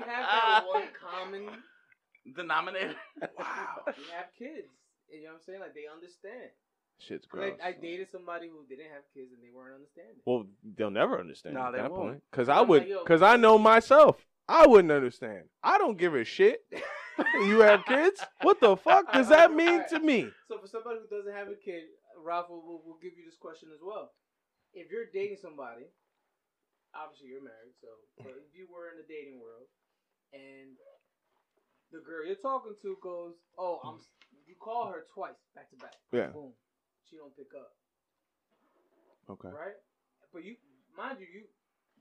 have that one common. Denominator. wow. We have kids. You know what I'm saying? Like they understand. Shit's gross. Like I dated somebody who didn't have kids and they weren't understanding. Well, they'll never understand Nah, at they that won't. point. Cause I'm I like, would, yo- cause I know myself. I wouldn't understand. I don't give a shit. you have kids? What the fuck does that mean to me? So for somebody who doesn't have a kid, Ralph will, will, will give you this question as well. If you're dating somebody, obviously you're married, so but if you were in the dating world and the girl you're talking to goes, "Oh, I'm," s- you call her twice back to back. Yeah. Boom. She don't pick up, Okay. right? But you, mind you, you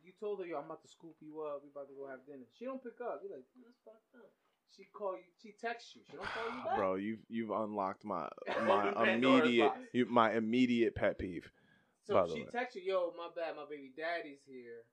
you told her, "Yo, I'm about to scoop you up. We about to go have dinner." She don't pick up. You're like, "Mm, "That's fucked up." She call you. She texts you. She don't call you back. Bro, you've you've unlocked my Open my Pandora's immediate box. you, my immediate pet peeve. So By the she way. texted, yo, my bad, my baby daddy's here.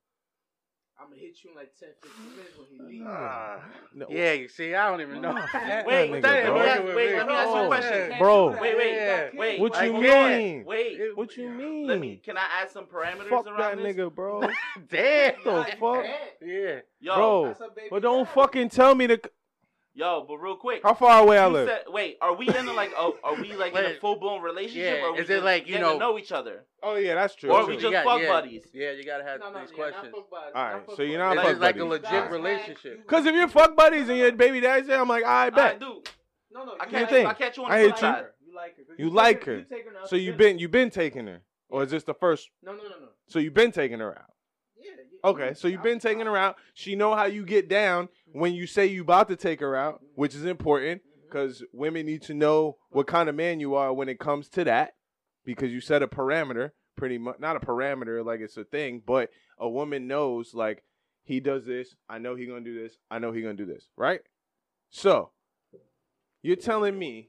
I'm gonna hit you in like 10, 15 minutes when he leaves. No. Yeah, you see, I don't even know. Wait, That- wait, that let me ain't ask- working with wait, me. let me ask you a Oh, question. yeah. Bro. Wait, wait, wait. What I you can't. mean? Wait. What you mean? Let me. Can I add some parameters fuck that around this? nigga, bro. Damn. What the fuck? Yeah. Yo, Bro. That's her baby But don't daddy. fucking tell me to. c- yo, but real quick. How far away I you live? said- wait, are we in a, like a, are we like in a Wait. full blown relationship? Yeah, Or are we is it just like, you getting to know- know each other? oh yeah, that's true. Or too. we You just got- fuck yeah. buddies. Yeah, you gotta have No, no, these yeah, questions. not fuck buddies, All not right, fuck so you're buddies. not This is fuck like a buddies. legit You guys relationship. mad, you- Cause if you're fuck buddies and your baby daddy's there, I'm like, all right, I bet. do. no, no, I you like catch think? you. her. I catch you on I the hate flip you. side. You like her. 'cause You take like her. you take out So to you've dinner. been you've been taking her, or is this the first? No, no, no, no. So you've been taking her out. Yeah. yeah Okay, so you've been taking her out. She know how you get down when you say you about to take her out, which is important Mhm. because women need to know what kind of man you are when it comes to that, because you set a parameter, pretty much not a parameter like it's a thing, but a woman knows like he does this. I know he gonna do this. I know he gonna do this. Right. So you're telling me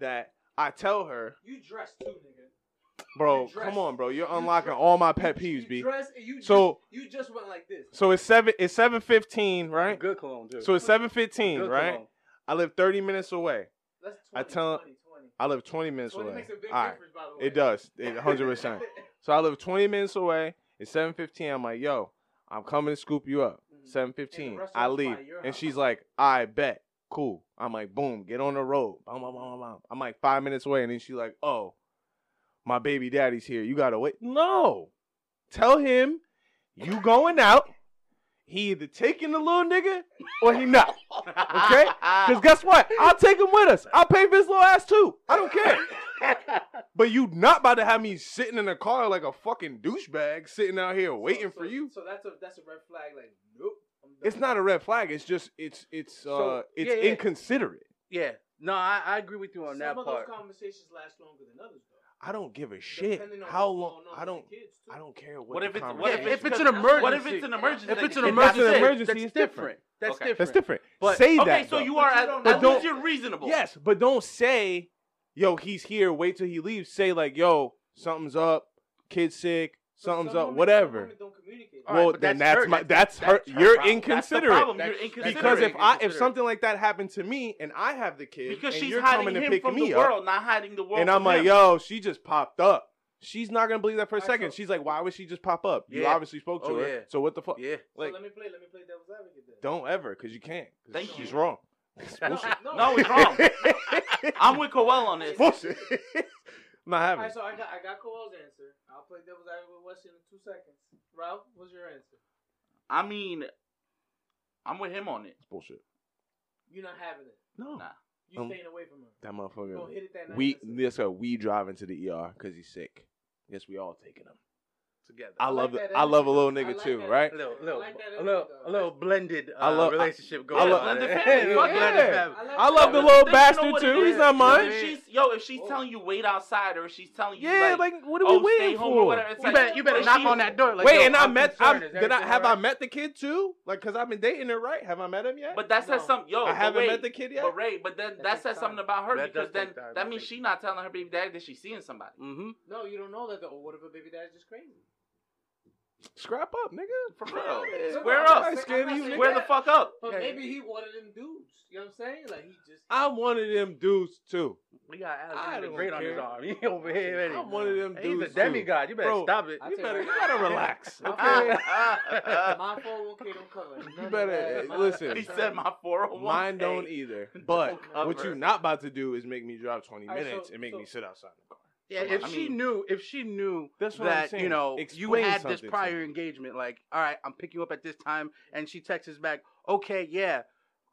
that I tell her, You dress too, nigga. bro, You dress. come on, bro, you're You unlocking dress. all my pet You- peeves, you b. Dress and you So- just, you just went like this. So it's seven. It's seven fifteen, right? Good cologne, too. So it's seven fifteen, Good right? cologne. I live thirty minutes away. That's 20, I tell- 20, 20. I live twenty minutes 20 away. makes a big All right, difference, by the way. it does. It hundred percent. So I live twenty minutes away. It's seven fifteen. I'm like, yo, I'm coming to scoop you up. Mhm. Seven fifteen. restaurant's I by leave, your and house. she's like, I bet. Cool. I'm like, boom, get on the road. Bum, bum, bum, bum, bum. I'm like five minutes away, and then she's like, oh, my baby daddy's here. You gotta wait. No, tell him you going out. He either taking the little nigga or he not. Okay? Because guess what? I'll take him with us. I'll pay for his little ass too. I don't care. But you not about to have me sitting in a car like a fucking douchebag sitting out here waiting So- for so- you. So that's a that's a red flag. Like, nope. I'm done. It's not a red flag. It's just it's it's uh So, it's yeah, yeah. inconsiderate. Yeah. No, I, I agree with you on Some that of part. those conversations last longer than others, though. I don't give a shit Depending on how what's long. going on I with don't the kids, too. I don't care what. What the if it's what conversation if Yeah, it's, if it's an What if emergency- it's an emergency? If it's an then that's emergency, an different. emergency, that's it's different. different. That's Okay. different. That's different. But- say that. Okay, so though. you are But you at, don't at know. least you're reasonable. Yes, but don't say, yo, he's here. Wait till he leaves. Say like, yo, something's up. Kid's sick. So some Something's women- up. some Whatever. women don't communicate. All right, well, but then that's that's her- my that's- that's, that's her. her You're problem. That's the inconsiderate. problem. You're That's- inconsiderate. Because if I if Inconsiderate. something like that happened to me and I have the kid because and she's you're hiding coming to him pick from me the up world, not hiding the world. and I'm from like, him. yo, she just popped up. She's not gonna believe that for a All right, second. so- She's like, why would she just pop up? You Yeah. obviously spoke to Oh, her. yeah. So what the fuck? Yeah. Like, so let me play. Let me play devil's advocate. Then. don't ever, cause you can't. 'Cause Thank she's you. wrong. It's No, bullshit. no, No, it's wrong. I'm with Coel on It's this. bullshit. not All having. right, it. so I got I got Cole's answer. I'll play devil's advocate with Wes in two seconds. Ralph, what's your answer? I mean, I'm with him on it. It's bullshit. You're not having it. No, Nah. You Um, staying away from her. that You motherfucker. gonna hit it that night. We that's it. this a we driving to the ER because he's sick. Guess we all taking him. together. I like love that it. I love a energy. little I nigga like too, that right? a little, little, like that a little, energy, a though. little blended uh, I love- relationship I going love- on. blended there. family, fuck blended yeah. family. I love the little bastard too. He's not Yo, mine. if she's, yo, if she's telling you wait outside, or if she's telling you Yeah, like, like what are we oh, stay waiting home or for? whatever, it's You like, better, you better if knock she- on that door. Like, Wait, yo, and I I'm met. concerned. I'm, Is did I everything have all I right? met the kid too? Like, cause I've been dating her, right? Have I met him yet? But that says No. something. Yo, I but haven't wait, met the kid yet. But Ray, but then That that takes says time. something about her That because does then take time, I that means think. she's not telling her baby daddy that she's seeing somebody. Mhm. No, you don't know that. though. Oh, what if a baby dad's just crazy? Scrap up, nigga. For Yeah, real, yeah. square I'm up, not I saying- scared I'm of not you, saying nigga. square the that. fuck up. But Yeah. maybe he one of them dudes. You know what I'm saying? Like he just. I'm one of them dudes too. We got I Alexander don't Great on his care. arm. He over here ready. I'm one of them He's dudes a demigod. You better Bro, stop it. I too. You tell better, you you what. gotta relax, My okay? My Ah, ah, 401k don't cover. none You of better eh, that. My listen. ah. he said my 401 Mine don't either. But Don't what cover. you not about to do is make me drive 20 All right, minutes so- and make so- me sit outside the car. Yeah, Come on, if I she mean- knew, if she knew That's what I'm that you saying. know you Explain had this something to prior me. engagement, like, all right, I'm picking you up at this time, and she texts us back, okay, yeah,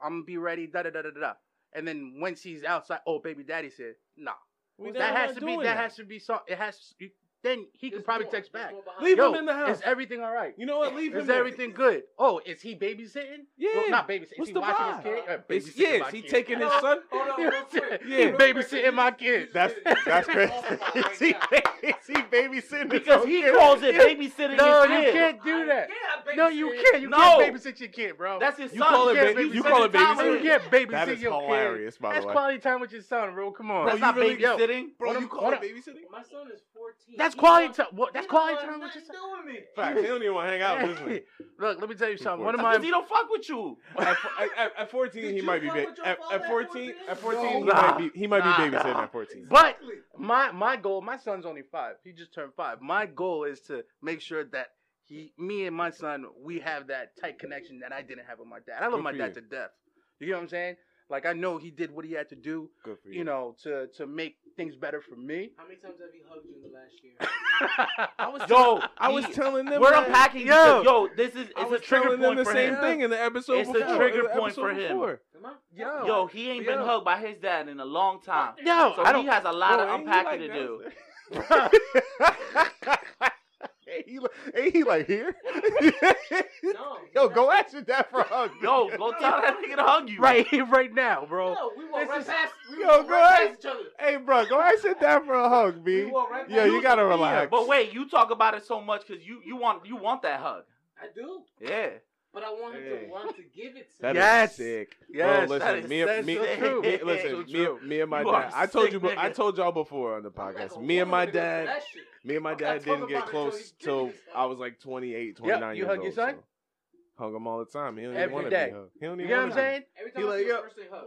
I'm gonna be ready, da da da da da. da." And then when she's outside, oh, baby, daddy said, nah, We that not has to be, doing that, has to be some, it has. You, then he could Just probably door- text just back. door behind Leave you. Yo, him in the house. Is everything all right? You know what? Leave him. Is there. everything good? Oh, is he babysitting? Yeah. Well, not babysitting. What's is he the watching his vibe? kid? Uh, It's- babysitting yeah, my is he kid. taking his son? Hold on, real quick. Yeah. He Real quick, babysitting my kid. That's that's crazy. Right Is he, now. is he babysitting? because he calls it babysitting No, his you kid. can't do that. Yeah, I No, you babysit. can't. You No. can't babysit your kid, bro. That's his You son. call it can't baby- you babysit call it his how son. you babysit. can't babysit That is your kid. hilarious, by That's the way. quality time with your son, bro. Come Oh, on. Bro, that's you not really- baby- yo, babysitting. What Bro, I'm- you call what it I'm- babysitting? My son is 14. that's He quality don't- time. Well, that's he quality don't time with want your son. nothing to do with me. Facts. He don't even want to hang out with me. Hey, Look, let me tell you something. One of Because my he don't fuck with you. at, at, at 14 Did he you might be fuck ba- with your at, father at at 14 at 14? 14 he No. might be he might Nah. be babysitting Nah. at 14 but my my goal. My son's only five. He just turned five. My goal is to make sure that he, me, and my son, we have that tight connection that I didn't have with my dad. I love Good my for dad to you. death. You get what I'm saying? Like I know he did what he had to do, good for you know, to to make things better for me. How many times have you hugged you in the last year? I was Yo, I was telling them we're that. unpacking. Yo. Yo, yo, this is I it's a was trigger telling them point the for same him. thing in the episode It's a before trigger in the point for episode him. before. Come on. Yo. Yo, he ain't been Yo. hugged by his dad in a long time. Yo, So I he don't. has a lot Bro, of ain't he unpacking like to do. downstairs? ain't, he, like- ain't he like here No. yo go ask your dad for a hug Yo, go tell that nigga to hug you. Right here, right now, bro. No, we walk This right is- past. We Yo, walk go right ahead. past each other. hey bro go ask your dad for a hug We b walk right past. yo you gotta relax But wait, you talk about it so much because you you want you want that hug. I do, Yeah. but I want him Hey. to want to give it to That me. is Yes. sick. Yes, Bro, listen, that is- me, and- that's me, so true. me- So listen, true. me, me and my You are dad. I told sick, you, be- I nigga. told y'all before on the I'm like podcast. a Me and woman my to do dad, that shit. me and my I'm not dad didn't get talking about it till close he till did it. I was like 28, 29 you years hug old. your son? so. Hug him all the time. He don't even Every want to day. be hugged. He don't You even know what wanna I'm be saying? Every time He I like, see yo. a person hug,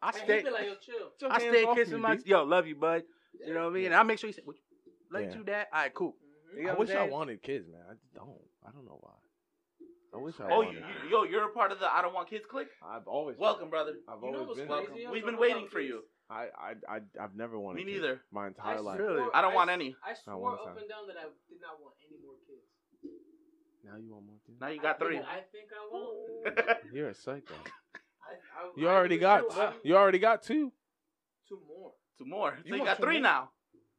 I and he stay, be like, yo, chill. Get your I hands stay off me, kissing my B. yo, love you, bud. You know what I mean? And I make sure you say, "Would you let Yeah. you do that. All right, cool. Mm-hmm. You know I what I'm wish I saying? wanted kids, man. I just don't. I don't know why. I wish I Oh, you, wanted. you, kids. yo, you're a part of the I don't want kids click. I've always Welcome, brother. I've You know always what's been. Welcome. crazy? I We've don't been know waiting about for kids. you. I, I, I, I've never wanted. Me kids neither. My entire I life. Really? swore- I don't want s- any. I Not one swore up time. and down that I did not want any more kids. Now you want more kids? Now you got I think- three. I think I won't. You're a psycho. I, I, You I already wish got I would- two. You already got two. two more. Two more. So You you, want got two more? three now.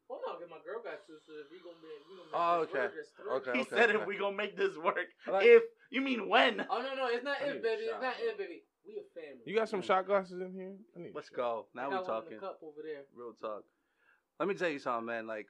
Well, no, 'cause my girl got two, so if you're gonna be, we gonna make Oh, this okay. work, it's three. Okay. He said if we gonna make this work, Like- uh, if you mean when? Oh no, no, it's not I need it, a baby. shot, It's not bro. it, baby. We a family. You got some Mm. shot glasses in here? I need a Let's shot. go. Now we're I got one in the talking. cup over there. Real talk. Let me tell you something, man. Like,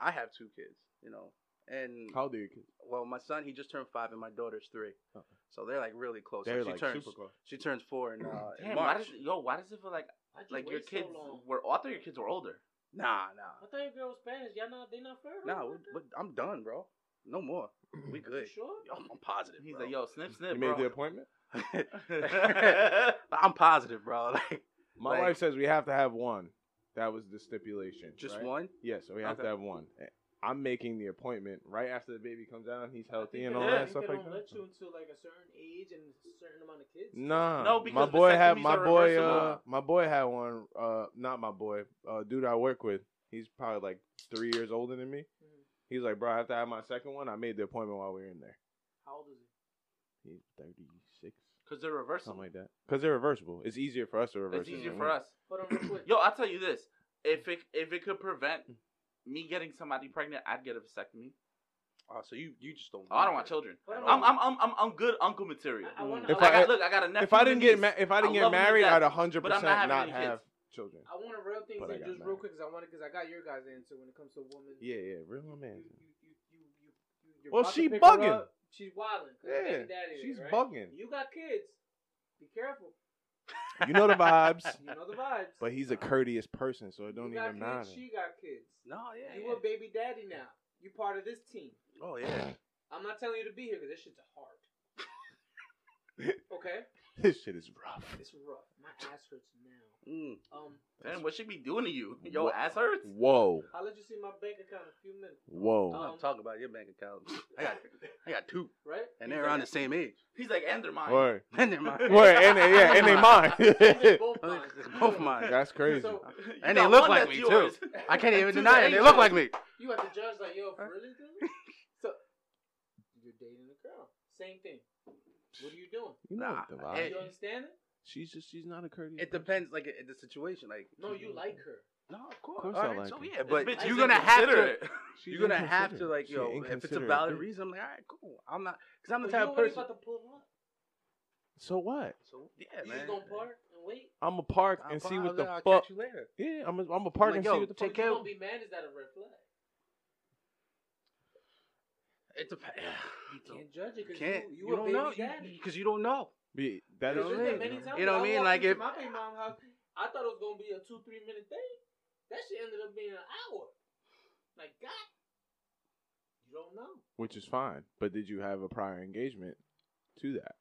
I have two kids, you know, and How old are your kids? well, my son he just turned five, and my daughter's three, Okay. so Uh-uh. they're like really close. They're she like turns, super close. she turns four in, uh, in Damn, why March. does yo? Why does it feel like Why'd you like your wait so kids long? were? I thought your kids were older. Nah, I thought your girl was Spanish. Y'all not they not fair? nah, nah. we- we- I'm done, bro. No more. We good. sure? Yo, I'm positive. He's bro. like, yo, snip, snip, You bro. made the appointment. I'm positive, bro. Like, My Like- wife says we have to have one. That was the stipulation. just right? one. Yeah, so we have to Okay. have one. Eh, I'm making the appointment right after the baby comes out. He's I healthy think and they- all I that think stuff they like don't that. let you until like a certain age and a certain amount of kids. Nah, No, my because boy had vasectomies my are boy uh reversible. my boy had one uh not my boy uh dude I work with. He's probably like three years older than me. Mm-hmm. Mhm. He's like, bro, I have to have my second one. I made the appointment while we were in there. How old is he? He's 36, Because they're reversible. something like that. Because they're reversible. It's easier for us to reverse. it's it easier than for them. us. Hold on, real quick. Yo, I'll tell you this. If it if it could prevent me getting somebody pregnant, I'd get a vasectomy. Oh, so you you just don't. Oh, I don't want want it. children. What am Oh. I'm I'm I'm I'm, I'm good uncle material. I, I wanna, If I, I, wanna- got, look, I got a nephew. If I and a didn't get niece. ma- if I didn't I get love them to married, death, I'd hundred but I'm percent not having not any have children. I want to real things But I in got just real married. quick because I want because I got your guys' answer when it comes to women. Yeah, yeah, real my man. You- you- you- you- you- you- you're Well, about to she pick her bugging. up. She's wilding. Yeah, she's bugging. You got kids. Be careful. You know the vibes. You know the vibes. But he's a courteous person, so it don't you got even kids, matter. She got kids. No, yeah. You a baby daddy now. You part of this team. yeah. Oh yeah. I'm not telling you to be here because this shit's hard. okay, This shit is rough. it's rough. My ass hurts now. Mm. Um, Damn, what she be doing to you? Yo, What? ass hurts. Whoa, I'll let you see my bank account in a few minutes, I'm whoa. not talking about your bank account. I got I got two, right? and they're around the same age. He's like Endermine. Word, And they're mine. word, and they, yeah, and they mine. Both mine. Both mine. That's crazy. So, You And they got look one like that's me, too. yours. I can't even Two's deny an it. They angel. look like me. you have to judge like, yo, for really dude? So you're dating a girl. Same thing. What are you doing? You know Nah, the vibe. hey. You understand it? She's just she's not a courteous. It depends, like at the situation. Like No, you like her. no, of course. course I Alright, like so it. yeah, This but bitch you're is gonna have to. inconsiderate. She's You're gonna have to inconsiderate. like She yo. an If it's a inconsiderate valid bitch. reason, I'm like, all right, cool. I'm not because I'm But the you type of already person. about to pull up. So what? So yeah, You man. just gonna park and wait. I'm a park I'll and see buy- what the I'll fuck. Catch you later. Yeah, I'm a, I'm a park like, and yo, see what the take care fuck. If you of- don't be mad, is that a red flag? It depends. You can't judge You it because can't. you, You, you, a don't baby know daddy. because you don't know. Be, that You is know what I There's mean? been many times You know what I where mean? walked Like, into if- my baby mom house, I thought it was gonna be a two three minute thing. That shit ended up being an hour. Like God, you don't know. which is fine. But did you have a prior engagement to that?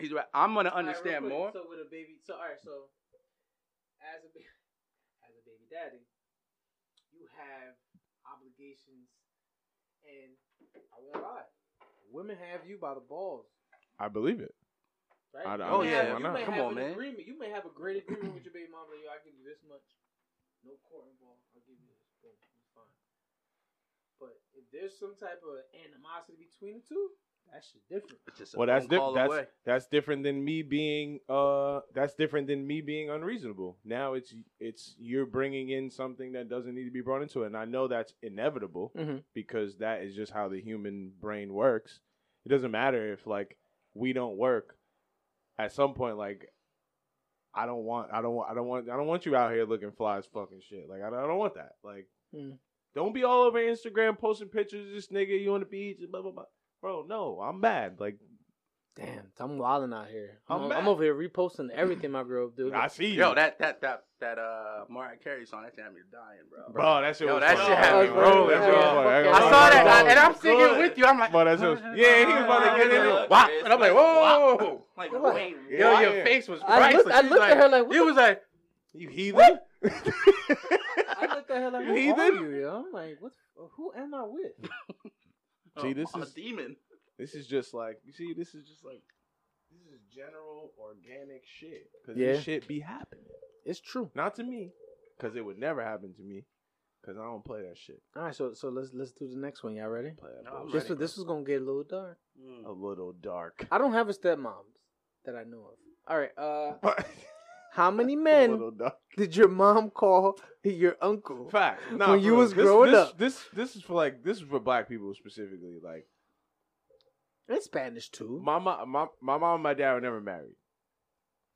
He's right. I'm gonna All right, real understand quick, more. So with a baby, so all right, so as a ba- as a baby daddy, you have obligations, and I won't lie, women have you by the balls, I believe it. right? I- I You may mean, have- yeah, why you not? may Come have on, an man. Agreement. You may have a great agreement with your baby mama. Like, Yo, I give you this much, no court involved. I'll give you this. Boom, it's fine. But if there's some type of animosity between the two, that's different. It's just a well, that's phone di- call that's away. that's different than me being uh that's different than me being unreasonable. Now it's it's you're bringing in something that doesn't need to be brought into it, and I know that's inevitable Mm-hmm. because that is just how the human brain works. It doesn't matter if like we don't work at some point like I don't want I don't want I don't want I don't want you out here looking fly as fucking shit. Like I don't, I don't want that. Like Mm. don't be all over Instagram posting pictures of this nigga you on the beach and blah blah blah. Bro, no, I'm bad. Like Damn, I'm wilding out here. I'm I'm, I'm, back. over here reposting everything my girl do. I see you. Yo, that that that that uh Mariah Carey song. That shit had me dying, bro. Bro, that shit Yo, was that funny. shit had me Bro, rolling, that shit bro. was funny. I Oh, saw that, that I- and I'm was singing good. with you. I'm like, Bro, that's just- yeah, he was about to get in it. Wow, and I'm like, whoa. Like, Come on. wait, Yeah. Yo, what? your face was I priceless. looked, I She's looked at her like, what It was like, You heathen. I looked at her like, You who heathen? are you, yo? I'm like, what? Who am I with? Oh, See, this I'm is- a demon. This is just like you see. This is just like this is general organic shit. Cause Yeah. this shit be happening. It's true. Not to me, cause it would never happen to me, cause I don't play that shit. All right, so so let's let's do the next one. Y'all ready? Play that No, I'm bullshit. This ready, was, this was gonna get a little dark. a little dark. I don't have a stepmom that I know of. All right, uh, But how many a men little dark. did your mom call your uncle? Fact. Nah, When for you real. was This- growing this- up. this this is for like this is for black people specifically. Like In Spanish too. my mom, my, my mom and my dad were never married,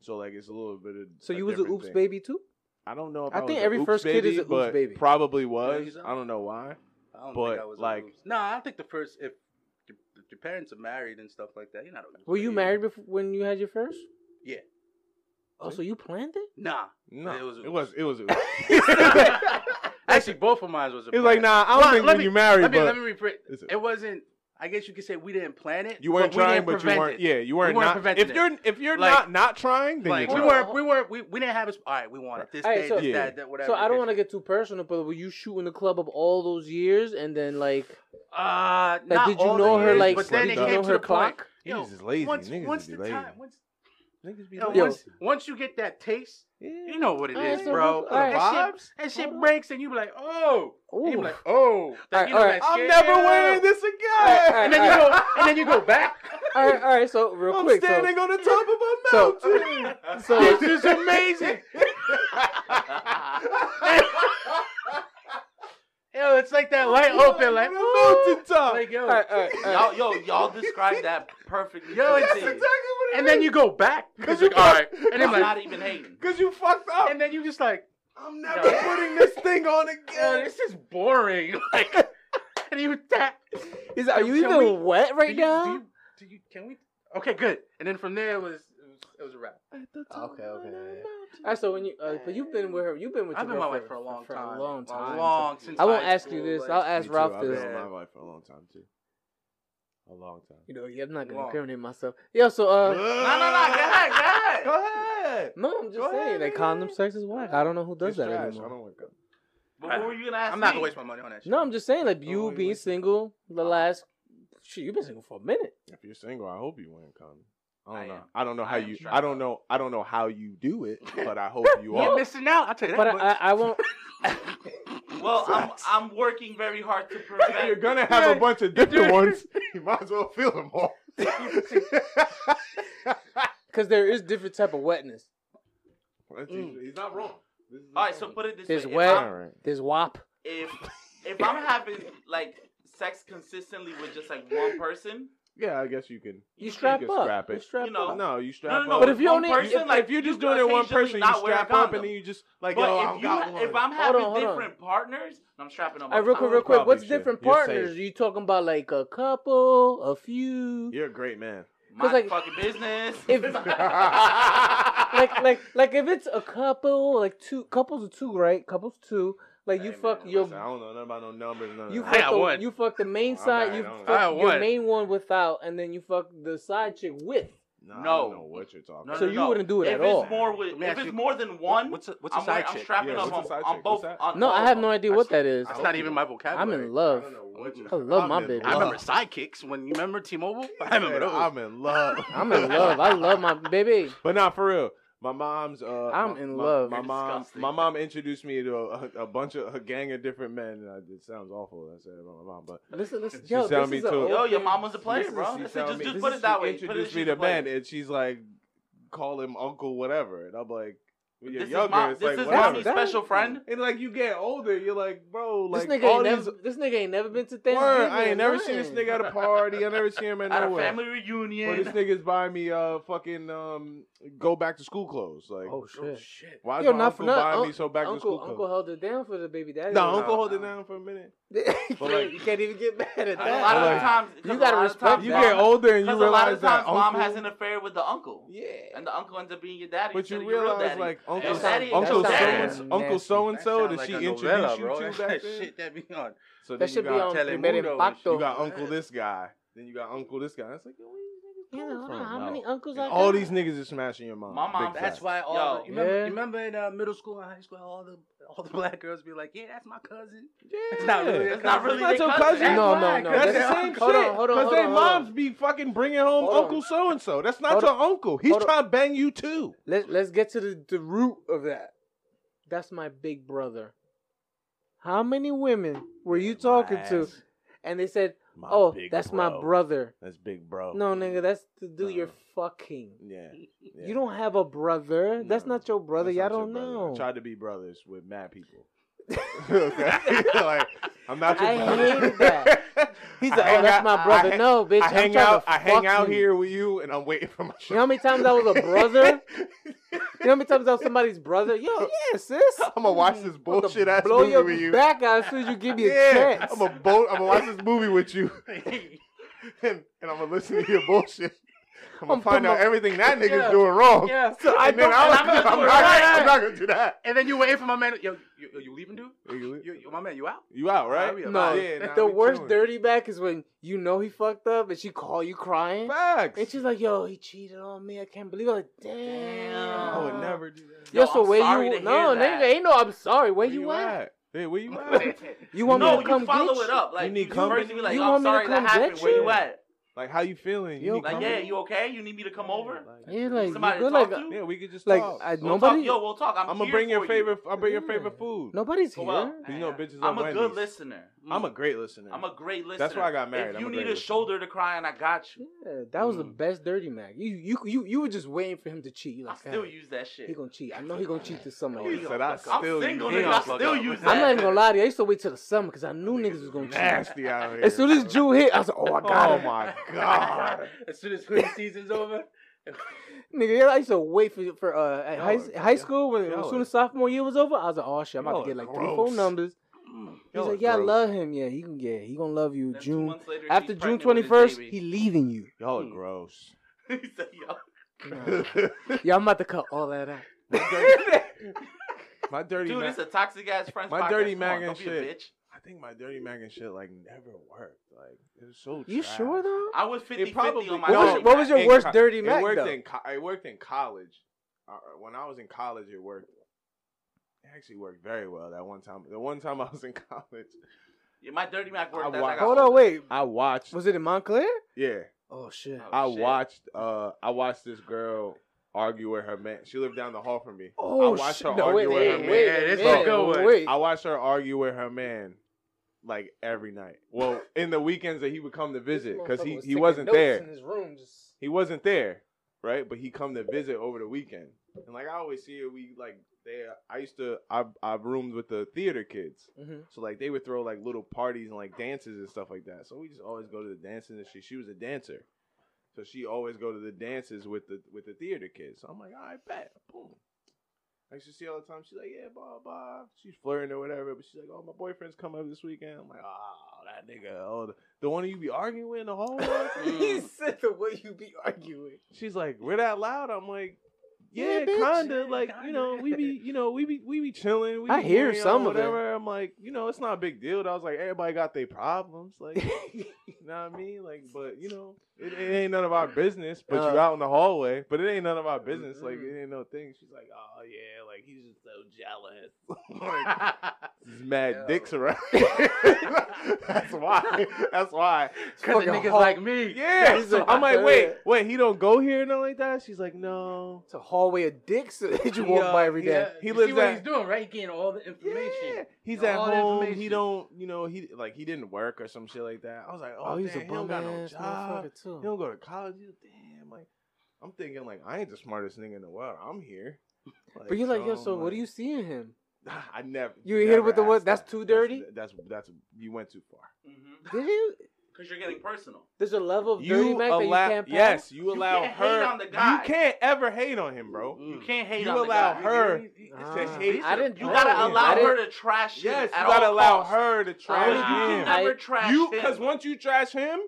so like it's a little bit of. so a you was an different oops thing. baby too? I don't know. If I I, think was a every oops first kid baby, is a oops but baby. Probably Yeah, was. he's a- I don't know why. I don't But, think I was like- no, I don't think the first if your, if your parents are married and stuff like that, you're not. a- Were you married before, when you had your first? Yeah. Oh, so you planned it? Nah, No, It it was- was. It was. It was. actually, both of mine was. A He's like, plan. nah. I don't Well, think let when me- you married, Let me but let me rephrase. Listen. It wasn't. I guess you could say we didn't plan it. you weren't we trying, didn't but you prevent weren't. it. Yeah, you weren't. weren't not- preventing if it. you're if you're Like- not not trying, then Like you're we trying. weren't. We weren't. We, we didn't have. A, all right, we wanted this, Alright, day, so- this, Yeah. that, that, whatever. So I don't want to get too personal, but were you shooting the club up all those years and then like to. Uh, like not did you all know the her years, like But then it did you came know to her the point. clock? He's Yo, just lazy. Once, Niggas once be the lazy. time, once, Niggas be you know, lazy. once, once you get that taste, Yeah. you know what it Alright, is, so bro. what's- alright. That shit, Vibes? that shit Hold on. breaks, and you be like, oh, and you Ooh. be like, oh, Like, Alright, you know, alright. that I'm shit, never yeah. wearing this again. And then you Alright, go, and then you go back. All right, all right. So real I'm quick, so, standing on the top of a so- mountain. so This is amazing. and Yo, it's like that light open, like, Mountain top. like yo. Hey, hey, hey. Y'all, yo, y'all described that perfectly. Yo, to a it's T. exactly And then you go back. Cause Cause you like, all right. And I'm then not like, even hating. Cause you fucked uh, up. and then you just like, I'm never putting this thing on yo, this is boring. Like, and you tap. He's like, are you Can even we- wet right do you, now? Do you, do you, can we? Okay, good. And then from there it was it was, it was a wrap. Okay, okay. All right, so when you, uh, but you've been with her. You've been with I've your been with my girl wife for a long time. A long time. long since I won't high ask you school, this. like- I'll ask Ralph I've this. been on Yeah. my wife for a long time too. A long time. You know, yeah, I'm not gonna Long. incriminate myself. Yo, so uh, No, no, no. Go ahead, go ahead. Go ahead. no, I'm just Go saying ahead, that nigga. condom sex is whack. I don't know who does It's that trash. I anymore. don't want that. But what were you gonna ask I'm not me? gonna waste my money on that. Shit. No, I'm just saying like you Oh, you being wasted. single the last shit. You've been single for a minute. If you're single, I hope you win condom. I don't I know. am. I don't know I how am you. strapped I don't up. know. I don't know how you do it, but I hope you You're are. missing out. I'll tell you that. But I, much. I, I won't. Well, I'm I'm working very hard to If you're prevent. gonna have a Yeah. bunch of different ones. You might as well feel them all. Because there is different type of wetness. Mm. He's not wrong. This is All right, not so wrong. put it this There's way: wet. if, I'm, All right. There's WAP. if if I'm having like sex consistently with just like one person, Yeah, I guess you can. You You strap can up. scrap You it. strap You know, up. No, you strap no, no, no. up. But if you one only- person, if- like if you're you just could doing it one occasionally person, you not wear a strap up and condom. then you just like, but yo, oh, if I've you got one. if I'm "Oh, Hold having on, hold on. different partners, I'm strapping on. All right, real quick, real quick. Probably What's should. different You're partners? safe. Are you talking about like a couple, a few? You're a great man. My 'Cause, like, fucking business. if- like like like if it's a couple, like two couples of two, right? Couples two. Like you Hey, fuck man, your listen, I don't know nothing about no numbers. None you of I fuck, that. got the, one. you fuck the main I'm side, not- you I don't- fuck I got your one. main one without, and then you fuck the side chick with. No, I No. don't know what you're talking No, about. so no, you no. wouldn't do it if at it's all. more with, Let me if ask it's you- more than one, What's a, what's a I'm, side wearing- I'm chick? strapping Yeah, up what's a on, side on chick? both. What's that? On No, all I of have them. no idea what that is. That's not even my I'm vocabulary. in love. I don't know what you're I talking love my in bitch. I love. remember sidekicks when you remember T-Mobile. Oh, I remember Yeah, those. Ah, I'm in love. I'm in love. I love my baby. But not for real. My mom's. Uh, I'm my- in my- love. My You're mom. disgusting. My mom introduced me to a, a bunch of a gang of different men. and I- It sounds awful. that I said it about my mom, but Listen, listen. She Yo, sound this me is a too. old Yo, your thing. mom was a player, Listen, bro. she Listen, found just, me- just this put is- it that she way. Put it Introduced as me she's a to men, player. and she's like, call him uncle, whatever. And I'm like, when you're This is younger, mom. it's This like is whatever. mommy's special friend. And like you get older, you're like, bro, This like nigga all ain't these. never. This nigga ain't never been to Thanksgiving. Word, I ain't never seen this nothing. nigga at a party. I never seen him at At a nowhere. family Or this reunion. nigga's buying me uh fucking um go back to school clothes. Like Oh shit. shit. why is Yo, my not for uncle nothing. buying Un- me so back to school Uncle, clothes? uncle held it down for the baby daddy. no, uncle hold it no. down for a minute. you But like can't even get mad at A that. lot Like, of times, 'cause you a gotta lot of respect times you that. mom- get older and you Because realize a lot of times, that mom uncle, has an affair with the uncle, yeah, and the uncle ends up being your daddy. but instead you of your real realize daddy. like uncle, Your so- daddy- uncle your so daddy- and uncle so and so did she introduce you to back that then? shit that be on. So That then you should be got on Telemundo and Primer shit. Impacto. you got uncle this guy, then you got uncle this guy. It's like yo, where these Yeah, niggas coming wow, from? how No. many uncles And I all got? these niggas are smashing your mom. My mom- Big That's facts. why all Yo. the, you remember, Yeah. you remember in uh, middle school and high school, all the all the black girls be like, "Yeah, that's my cousin." yeah. It's not really. It's not really That's their your cousin. cousin. No, no, why, no. cause That's they the are- same hold shit. on, hold on, Cause hold they on, hold on. moms be fucking bringing home Hold on. Uncle So and So. That's not Hold your uncle. He's Hold on. trying to bang you too. Let Let's get to the, the root of that. That's my big brother. How many women were you talking to? And they said, "Oh, that's my brother." That's big bro. No, nigga, that's the dude Oh, No. you're fucking. Yeah. yeah. You don't have a brother. That's No. not your brother. That's not your Y'all don't brother. know. I tried to be brothers with mad people. okay. like I'm not your I brother. hate that. He's like, oh, that's my brother. I, hang- no, bitch. I I'm hang trying to out. I hang fuck out you. here with you, and I'm waiting for my. You know how many times I was a brother? You know how many times I was somebody's brother? Yo, yeah, sis. I'm gonna watch this I'm about to bullshit ass blow movie your with you. back out as soon as you give me a yeah, chance. I'm gonna bo- I'm gonna watch this movie with you, and, and I'm gonna listen to your bullshit. I'm gonna I'm find out gonna- everything that nigga's Yeah. doing wrong. Yeah. so I and then don't, I was, I'm I'm, gonna do it not, right. I'm not gonna do that. And then you wait for my man. Yo, you, you leaving, dude? You, You, you, my man, you out? you out, right? Nah, we no, about it. yeah, nah, the we worst chilling. dirty back is when you know he fucked up and she call you crying. Facts. And she's like, yo, he cheated on me. I can't believe it. I'm like, damn. I Damn. would never do that. Yo, Yo, so I'm where sorry you? to hear no, that. nigga, ain't no. I'm sorry. Where, you, at? Hey, where you at? You want no, me to come you follow get it up. Like You need you company? first you be like, You I'm want me to sorry that come get happened. Where you? you at? like, how you feeling? Yo, You need Like, company? yeah, you okay? You need me to come over? you? Yeah, like Somebody you to good, talk like, uh, to? Yeah, we could just like talk. I, We'll nobody. talk. Yo, we'll talk. I'm I'm gonna here bring your for you. favorite. I'll bring your Yeah. favorite food. nobody's Oh, here. well, You know, bitches. I'm love a good Wendy's. listener. I'm a great listener. I'm a great listener. That's why I got married. If I'm you a need great a listener. shoulder to cry on, I got you. Yeah, that was the Mm. best Dirty Mac. You you you you were just waiting for him to cheat. You Hmm. I like, still "God, use that shit. he gonna cheat. I know he gonna cheat this summer. He said, I I'm still single, use nigga. him. I still use that. I'm not even gonna lie to you. I used to wait till the summer because I knew niggas was gonna cheat. nasty out here. As soon as Drew hit, I was like, oh, I got oh him. my god. As soon as hoodie season's over, Nigga, yeah, I used to wait for for uh, at Y'all high, are- high school when y'all as soon are- as sophomore year was over, I was like, oh shit, I'm y'all about to are get like three, gross. four numbers. He's Y'all are like, yeah, I gross. love him. Yeah, he can. Yeah, he gonna love you. Then two June months later, after she's June pregnant with 21st, his he baby. leaving you. Y'all are Hmm. gross. He said, "Yo, Yeah, I'm about to cut all that out. my dirty dude, Mac. it's a toxic ass friends My podcast. dirty Come on, Mac and don't be a shit. bitch. I think my dirty Mac and shit like never worked. Like it was so. You trash. sure though? I was 50 probably- on my What was, No, your- what was your In worst co- Dirty it Mac worked though? in. Co- it worked in college. Uh, when I was in college, it worked. It actually worked very well that one time. The one time I was in college, Yeah, my dirty Mac I worked as I watched- got Hold on, older. wait. I watched. Was it in Montclair? Yeah, Oh shit. Oh, I shit. watched. Uh, I watched this girl argue with her man. She lived down the hall from me. Oh I watched shit. her No, argue wait, with wait, her wait, man. wait, wait, this is a wait, good one. wait. I watched her argue with her man like every night. Well, in the weekends that he would come to visit because he, he wasn't there. In his room, just He wasn't there, right? But he come to visit over the weekend. And like I always see it, we like they. I used to I I roomed with the theater kids, Mhm. so like they would throw like little parties and like dances and stuff like that. So we just always go to the dances and she she was a dancer. So she always go to the dances with the with the theater kids. So I'm like, all right, bet, boom. I used to see all the time. She's like, yeah, blah blah. She's flirting or whatever, but she's like, oh, my boyfriend's coming up this weekend. I'm like, oh, that nigga, oh, the, the one you be arguing with in the hallway. he said the way you be arguing. She's like, we're that loud. I'm like, Yeah, yeah, bitch. kinda. Like, you know, we be, you know, we be, we be chilling. We I be hear carrying on, some of it. whatever. I'm like, you know, it's not a big deal. And I was like, everybody got their problems. Like, you know what I mean? Like, but you know, it, it ain't none of our business. But Uh. you out in the hallway, but it ain't none of our business. Like, it ain't no thing. She's like, oh yeah, like he's just so jealous. like, there's mad Yo. dicks around. That's why. That's why. because Fucking the niggas hot. like me. Yeah. He's like, I'm like, "Uh, wait, wait, he don't go here or nothing like that? She's like, no. It's a hallway of dicks that you He, walk uh, by every he, day. uh, He You see lives what at- he's doing, right? He getting all the information. Yeah. He's All at the home. He information. don't, you know, he like he didn't work or some shit like that. I was like, oh, Oh, he's damn, a he don't bum got no ass job. motherfucker He too. don't go to college. He's, damn, like I'm thinking like I ain't the smartest nigga in the world. I'm here. But you're like, yo, so I'm what like, do you see in him? I never. You hit him never with the what? asked That's that. too dirty? That's, that's that's you went too far. Mhm. Did you? Cause you're getting personal. There's a level of dirty You Mac that you allow can't pass. yes, you allow can't hate her. on the guy. You can't ever hate on him, bro. You can't hate You on the allow guy. her Ah, It's just You hate. I didn't. know. gotta I allow didn't- her to trash him. Yes, at you gotta all allow costs. her to But Only you you trash can I- him. never trash You, him. because once you trash him,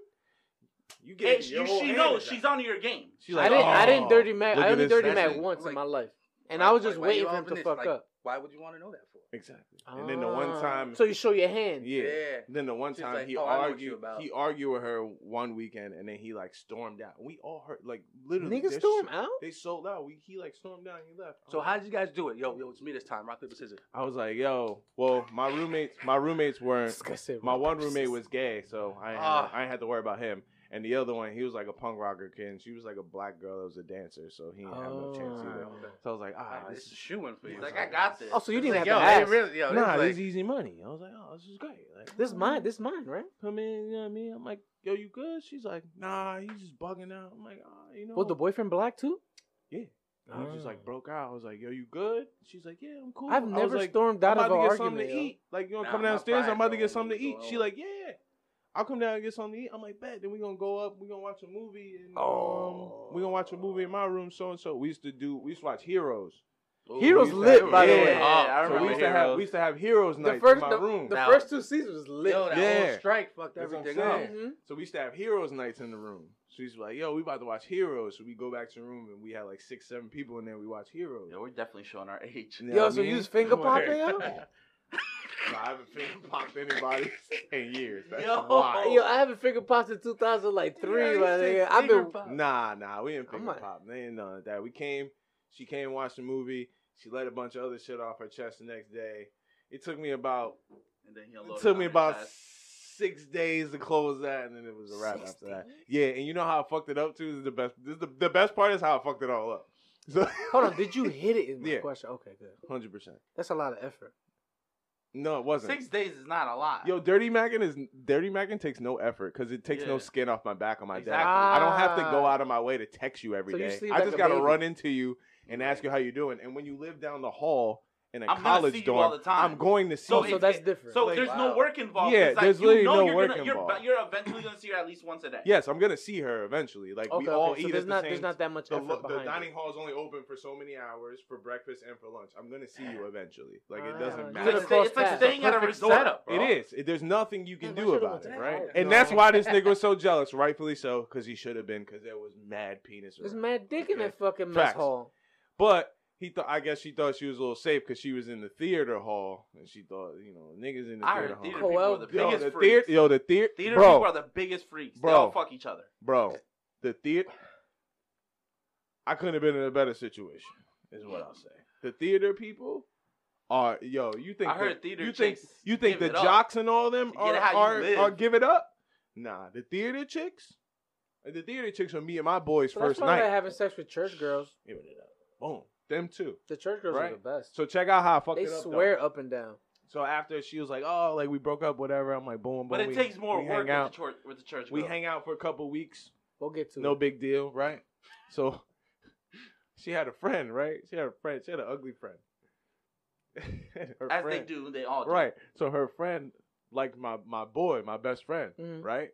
you Hey, get you, she knows she's on your game. She's I didn't. I didn't oh, dirty Mac. look I at only this dirty nigga. Mac once in Like- my life, and like- I was just like, why waiting you for him open to this? fuck Like, up. Why would you want to know that for? exactly. And then the one Ah. time, So you show your hand. yeah. Yeah. Then the one She's time like, he "Oh, I know what you argued, about." he argued with her one weekend, and then he like stormed out. We all heard like literally Niggas they're threw him so- out. They sold out. We he like stormed down. He left. So Oh. I'm how like- did you guys do it? Yo, yo, it's me this time. Rock paper scissors. I was like, yo, well, my roommates, my roommates weren't Disgusting. My one roommate was gay, so I ain't had, Ah. I ain't had to worry about him. And the other one, he was like a punk rocker kid, and she was like a black girl that was a dancer, so he didn't have no chance either. Oh. So I was like, ah, Ah, this, this is shooing for you. He's like, I got this. Oh, so you It's didn't have like, to yo, ask. they really, yo, is, this is nah, this like, is easy money. I was like, oh, this is great. Like, This is mine. mine. This is mine, right? come in, you know what I mean? I'm like, yo, you good? She's like, nah, he's just bugging out. I'm like, ah, you know. Was the boyfriend black too? Yeah. And we just Ah. like broke out. I was like, yo, you good? She's like, yeah, I'm cool. I I've was never like, stormed out I'm of about an to get argument. something to yo. eat. Like, you want to Nah, come my downstairs? pride I'm about to don't get something to really eat. go She on. like, yeah. I'll come down and get something to eat. I'm like, bet. Then we're going to go up. We're going to watch a movie. And, Oh. Um, we're going to watch a movie in my room, so and so. We used to do, we used to watch Heroes. Heroes We used to lit, have- by the yeah, way. yeah, I so we remember used, to have, Heroes. we used to have Heroes The night first, in my the, room. the Now- first two seasons was lit. yo, that Yeah. whole strike fucked That's what I'm everything up. saying. Mhm. So we used to have heroes nights in the room. So he's like, "Yo, we about to watch Heroes." So we go back to the room and we had like six, seven people in there. We watch Heroes. Yeah, we're definitely showing our age. You know Yo, what I so mean? you was finger Word. popping out? Nah, I haven't finger popped anybody in years. That's Yo. why. Yo, I haven't finger popped in 2003. Yeah, my he nigga. said I've finger been. pop. Nah, nah, we didn't I'm finger like- pop. They didn't know that. We came. She came and watched the movie. She let a bunch of other shit off her chest the next day. It took me about And then he'll load It took on me his about ass. six days to close that, and then it was a wrap after that. Yeah, and you know how I fucked it up too. This is the best. This is the, the best part is how I fucked it all up. So Hold on, did you hit it? Is my Yeah. question. Okay, good. hundred percent. That's a lot of effort. No, it wasn't. Six days is not a lot. Yo, Dirty Mackin is Dirty Mackin takes no effort because it takes no Yeah. skin off my back on my Exactly. dad. I don't have to Ah. go out of my way to text you every So you day. sleep I like just a gotta baby. run into you and ask you how you doing. And when you live down the hall in a I'm gonna college see you dorm, all the time. I'm going to see So So, you. so it- that's it- different. So Like, there's wow. no work involved. Yeah, It's like, there's you literally know no you're work gonna, you're, involved. You're eventually gonna see her at least once a day. yes, I'm gonna see her eventually. Like okay, we all okay. eat so at there's the not same there's not that much the, effort lo- the behind dining it. hall is only open for so many hours for breakfast and for lunch. I'm gonna see you eventually. Like it Ah, doesn't you It's matter. could've like, stay- it's like Across staying at a paths. resort. Setup, bro. It is. It- there's nothing you can Man, I do should've about it, went to right? that. And No. that's why this nigga was so jealous, rightfully so, because he should have been, because there was mad penis. There's around. mad dick in Okay. that fucking mess Facts. hall. But he thought, I guess she thought she was a little safe because she was in the theater hall, and she thought, you know, niggas in the I theater heard theater hall. people are the Yo, biggest the freaks. theater, yo, the theater, Theater people bro, are the biggest freaks. Bro. They all fuck each other. bro, the theater. I couldn't have been in a better situation, is what I'll say. The theater people are, yo, you think I heard the- theater you think chicks You think give the it up. jocks and all them Forget are how you are, live. are give it up? Nah, the theater chicks. The theater chicks are me and my boys So that's first why night. they're having sex with church girls. Give it up. Boom, them too. The church girls Right. are the best. So check out how I fucked they it up. though. swear up and down. So after she was like, "Oh, like we broke up, whatever." I'm like, "Boom, boom." But it we- takes more we work Hang with the, out. church, with the church. we girl. hang out for a couple weeks. We'll get to No it. big deal, right? So she had a friend, right? She had a friend. She had an ugly friend. Her as friend- they do. They all do. Right. So her friend liked my my boy, my best friend, Mhm. right?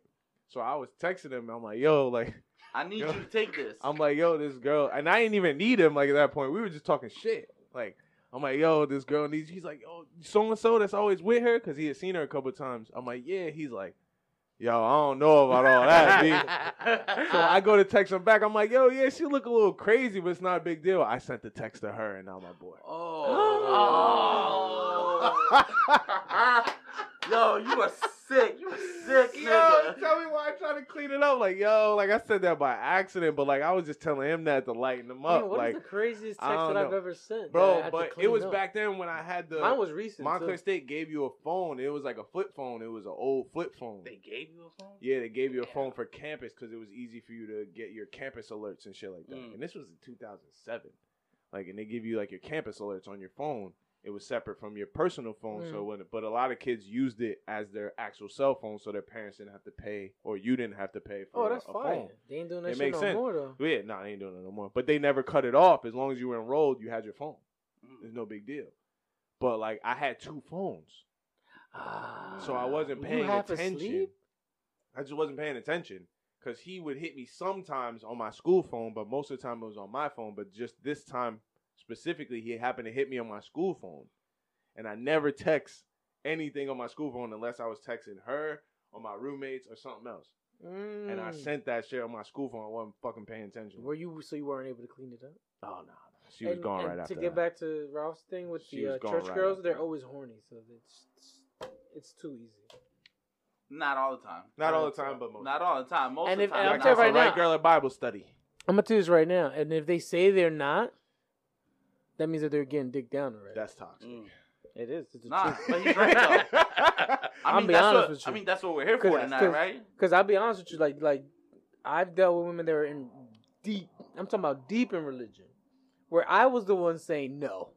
So I was texting him. I'm like, yo, like, I need Yo. you to take this. I'm like, yo, this girl, and I didn't even need him. Like at that point, we were just talking shit. Like, I'm like, yo, this girl needs. He's like, yo, so and so that's always with her because he had seen her a couple times. I'm like, yeah. He's like, yo, I don't know about all that. B. So I go to text him back. I'm like, yo, yeah, she look a little crazy, but it's not a big deal. I sent the text to her and now my boy. oh. Yo, you are sick. You are sick, Yo, nigga. tell me why I try to clean it up. Like, yo, like I said that by accident, but like I was just telling him that to lighten him Man, up. what is like, the craziest I text that don't I've know. ever sent? that I bro, had to but it clean was up? back then when I had the Mine was recent. Montclair too. State gave you a phone. It was like a flip phone. It was an old flip phone. They gave you a phone? Yeah, they gave you a phone for campus because it was easy for you to get your campus alerts and shit like that. Mm. And this was in 2007. Like, and they give you like your campus alerts on your phone. It was separate from your personal phone, Mm. so it wouldn't. But a lot of kids used it as their actual cell phone, so their parents didn't have to pay, or you didn't have to pay for Oh, that's a, a fine. phone. They ain't doing It that shit makes no sense. more though. Yeah, no, nah, they ain't doing it no more. But they never cut it off. As long as you were enrolled, you had your phone. Mm. It's no big deal. But like, I had two phones. So I wasn't You paying half attention. asleep? I just wasn't paying attention because he would hit me sometimes on my school phone, but most of the time it was on my phone. But just this time specifically, he happened to hit me on my school phone, and I never text anything on my school phone unless I was texting her or my roommates or something else. And I Mm. sent that shit on my school phone. I wasn't fucking paying attention. Were you so you weren't able to clean it up? Oh no, she was And- gone and right after To that. get back to Ralph's thing with She the was uh, gone church right girls, after they're that. always horny, so it's it's too easy. Not all the time. Not all the time, but most. Not all the time. Most And of if- the and time. I'm Like, telling that's you a right right now- girl at Bible study. I'm gonna do this right now, and if they say they're not, that means that they're getting dick down already. That's toxic. Mm. it is. It's the Nah, truth. but he's right though. I I'll mean, be that's honest what, with I you. mean, that's what we're here 'Cause- for tonight, 'cause- right? Because I'll be honest with you, like like I've dealt with women that were in deep. I'm talking about deep in religion, where I was the one saying no,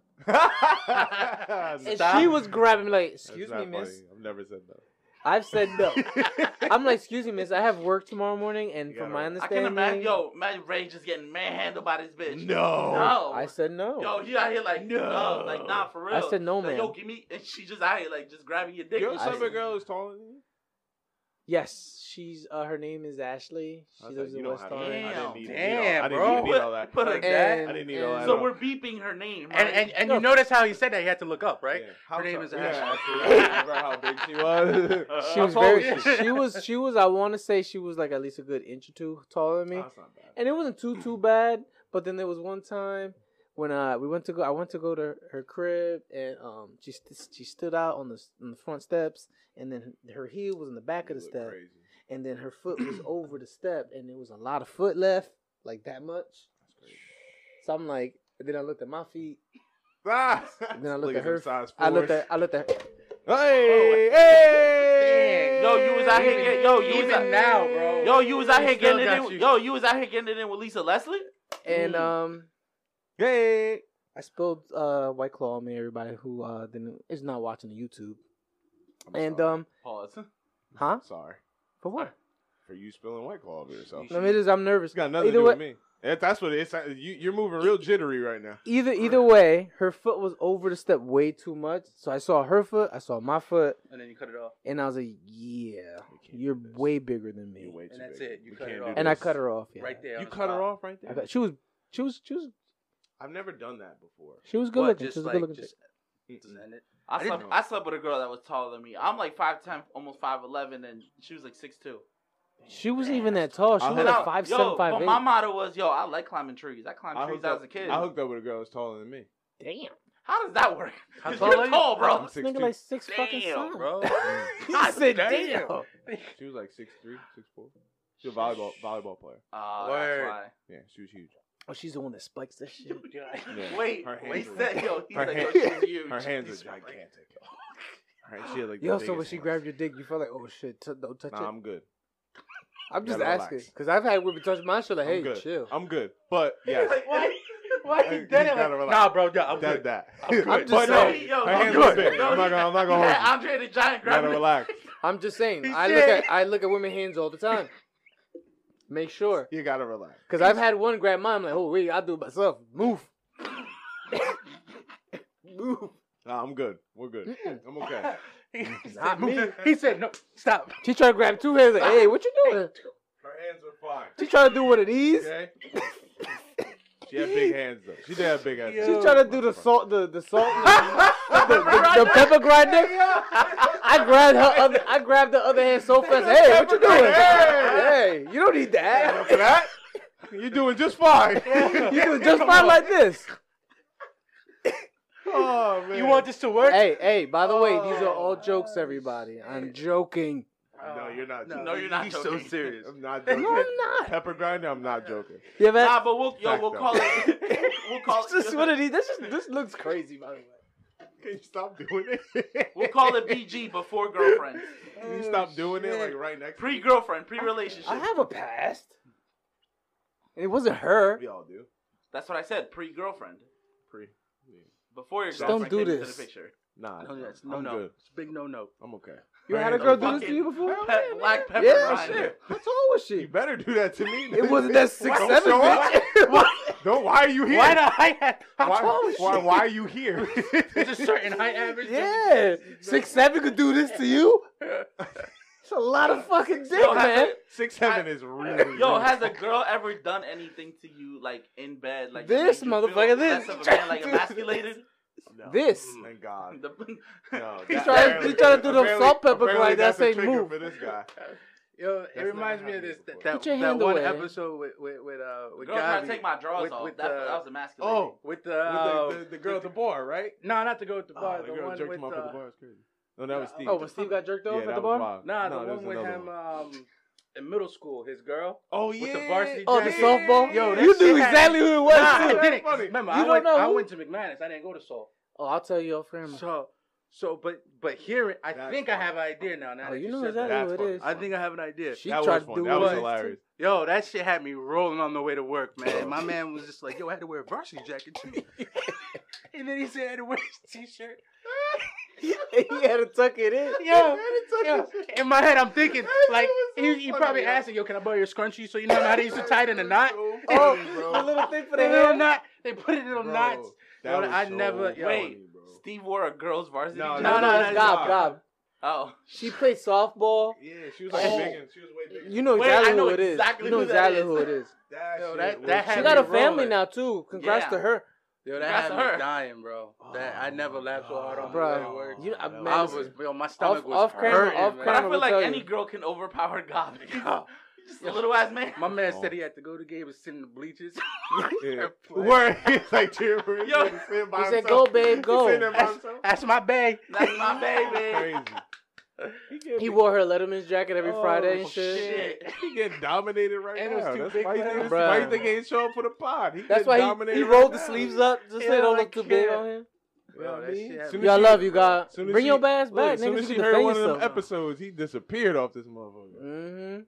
and she was grabbing me like, "Excuse me, miss." I've never said that. I've said no. I'm like, "Excuse me, miss. I have work tomorrow morning, and You from gotta- my I I understanding, can imagine. Yo, imagine Ray just getting manhandled by this bitch. No. No. I said no. Yo, he out here like no, No. like nah for real. I said no, like, man. Yo, give me, and she just out here like just grabbing your dick. Your and I- summer shit. girl is taller than you. Yes, she's uh, her name is Ashley. I She was like, lives you in don't West have to. Orange. I didn't need, Damn. need all, I Damn, didn't need, need bro. all that. Put I her didn't- that. I didn't need all And- that. So at we're beeping her name, right? And and, and you notice how he said that he had to look up, all. right? Yeah. How Her name tall- is yeah, Ashley. I Remember how big she was? She I was told very. you. She was. She was. I want to say she was like at least a good inch or two taller than me. Oh, that's not bad. and it wasn't too too bad. But then there was one time when uh we went to go, I went to go to her crib, and um she st- she stood out on the s- on the front steps, and then her heel was in the back of the You look step, crazy. and then her foot was over the step, and there was a lot of foot left, like that much. That's crazy. So I'm like, and then I looked at my feet. Ah! Then I looked Look at her- some Size I looked fours. at I looked at Hey, hey! Dang. Yo, you was out here get- yo, you was out- Even now, bro. Yo, you was out He here still getting it got in. you. Yo, you was out here getting it in with Lisa Leslie. and um Hey. I spilled uh, White Claw on me, everybody who uh, didn't, is not watching the YouTube. I'm And, uh, sorry. um, Pause. huh? sorry For what? for you spilling white claw over yourself. You No, I mean, it is- I'm nervous. It's got nothing to Either do way- with me. If that's what it is. You, you're moving real jittery right now. Either either way, her foot was over the step way too much. So I saw her foot, I saw my foot, And then you cut it off. and I was like, "Yeah, We can't you're do this. way bigger than me." You're way too And that's big. it. You We cut it can't do off. and I this. cut her off. Yeah. Right there. on You the cut her spot. off right I there. got, she was she was she was I've never done that before. she was good What, looking. just She was a like, good looking. just, chick. just end it. I, I slept, didn't- I slept with a girl that was taller than me. I'm like 5'10, almost 5'11, and she was like 6'2. She wasn't even that tall. She I was hooked like up- five yo, seven, five but eight. my motto was, yo, I like climbing trees. I climbed I trees hooked as up- a kid. I hooked up with a girl that's taller than me. Damn, How does that work? How 'Cause tall are you're you? tall, I'm bro. six nigga two. like six fucking Damn, seven. Bro. I said, Damn. damn. She was like six three, six four. She was a volleyball volleyball player. Oh, Word. that's Yeah, she was huge. Oh, she's the one that spikes that shit. Yeah. why. Wait, Her wait, hands he were- said, yo, he's her like, hand- yo, she's huge. Her hands are Jesus Christ. gigantic. Her hands, she had like the Yo, so when biggest she hands. grabbed your dick, you felt like, oh shit, t- don't touch Nah, it. I'm good. I'm just gotta asking relax. because I've had women touch my shit like, I'm hey, good. chill. I'm good. But yeah, Like, what? Why you did it? gotta relax. Nah, bro. Yeah, I'm that good. that. I'm good. just but no, saying, yo, her I'm hands were good. big. I'm not gonna. I'm not gonna. Yeah, Hold Andre the you. Giant You gotta grabbing relax. I'm just saying. He I said look it. at I look at women hands all the time. Make sure, You gotta relax. because I've had one grab mine. I'm like, oh wait, I do it myself. Move, move. Nah, I'm good. We're good. Mm-mm. I'm okay. He Not said, move me. that- He said, no, stop. She tried to grab two hands. Like, hey, what you doing? Her hands are fine. She tried to do one of these. Okay. She had big hands though. She did have big hands. Yo. She tried to do the salt, the the salt, the, the, the pepper grinder. I grabbed her other, I grabbed the other hand so fast. Hey, what you doing? Hey, you don't need that. For that, you're doing just fine. You do just fine like this. oh man. You want this to work? Hey, hey. By the way, these are all jokes, everybody. I'm joking. No, you're not. Oh, No, joking. No, you're not He's so joking. serious. I'm not No, joking. I'm not. Pepper grinder. I'm not joking. You ever? Nah, but we'll, yo, Fact, we'll though. call it. We'll call This is what it. it is. This is- this looks crazy, by the way. Can you stop doing it? We'll call it BG before girlfriend, Can you Oh, stop doing it like right next? pre girlfriend, pre relationship. I have a past. It wasn't her. We all do. That's what I said. Pre girlfriend, Pre. before your Just don't girlfriend do came into this. the picture. Nah. No, yes, I'm no, no. good. It's a big no, no. I'm okay. You Her had hands a girl are do this to fucking- you before? Pe- black pepper Yeah, grind. shit. How tall was You she? better do that to me. It wasn't that six Don't seven show up. bitch. What? Don't. Why are you here? Why do I have Why- tall is why, she? why are you here? there's a certain height average? Yeah, six seven could do this to you. It's a lot of fucking dick, Yo, man. has Six seven is a, really. yo, really- has a girl ever done anything to you like in bed? Like This made you feel motherfucker, less this. of a man, like emasculated. No. This. Thank God. The- No. He that- tried- apparently- he tried to do them apparently- salt pepper apparently grind, that's that a same trigger move. For this guy. Yo, it never reminds me of happened this before. that that, Put your that hand one away. episode with with with uh with girl trying Gabi, to take my drawers with- off. with, that, uh, that was emasculating. Oh. with the, With uh, the, the, the girl at the bar, right? no, not to go with the bar. Oh, the, one with uh, It's crazy. No, that was Steve. Oh, when Steve got jerked yeah, off that at the was bar. wild. nah, No, the there one was with another him one. um in middle school. His girl. Oh yeah. with the varsity Oh, the jacket. softball. Yo, that you shit knew had- exactly who it was. Nah, too. I didn't. Funny. Remember, You I don't went know I who? went to McManus. I didn't go to Saul. Oh, I'll tell you off camera. So so but but here I That's think I funny. have an idea now. Now Oh, that you you know said that. exactly That's who it funny. is. I think I have an idea. she that tried was to fun. do That it. was was- hilarious. Yo, that shit had me rolling on the way to work, man. My man was just like, yo, I had to wear a varsity jacket to me. and then he said I had to wear his t-shirt. he had to tuck it in. Yo, yo, in my head, I'm thinking, like, shit he, was so he funny, probably yo. asking, yo, can I borrow your scrunchie? So you know how they used to tie it in a knot? Oh, the bro. little thing for Put a the little hand. knot. They put it in little Bro, knots. that Yo, was I so never- yo. funny, Wait. bro. Steve wore a girl's varsity. No, jacket? No, no, that's that's wild. Gob, Gob. Oh, She played softball. Yeah, she was like Oh. big. and- She was way bigger. You know Wait, exactly I know who it is. exactly you know who that exactly is. who it is. That Yo, shit that- was that She had got a me family rolling. now too. Congrats Yeah. to her. Yo, that Congrats to had her. me dying, bro. That Oh I never laughed so hard on Bruh. my way to work. You, I, that man, I listen, was, yo, my stomach was off camera, hurting, off man. but I Cameron will feel like tell any you. girl can overpower God. Yo. Just a little ass man. My man Oh. said he had to go to game and sit in the bleachers. Yeah. Where he's like cheering for him. Yo. He's sitting by He said, himself. "Go, babe, He's go." sitting there by himself. That's my bag. That's my baby. Crazy. He wore her Letterman's jacket every Friday and shit. Shit. Oh, He getting dominated right And it was now. too That's big why you for think him. why you Bruh. think he ain't show up for the pod. He That's getting why he, dominated he right rolled the now. sleeves up just so Yeah, it don't I look too big can't. on him. You know Yo, what I that mean? shit had Soon me- as Y'all she- love you, God. soon as Bring she- your bass Look, back, as soon nigga. as She she heard defend one of them yourself. episodes, he disappeared off this motherfucker. Mm-hmm.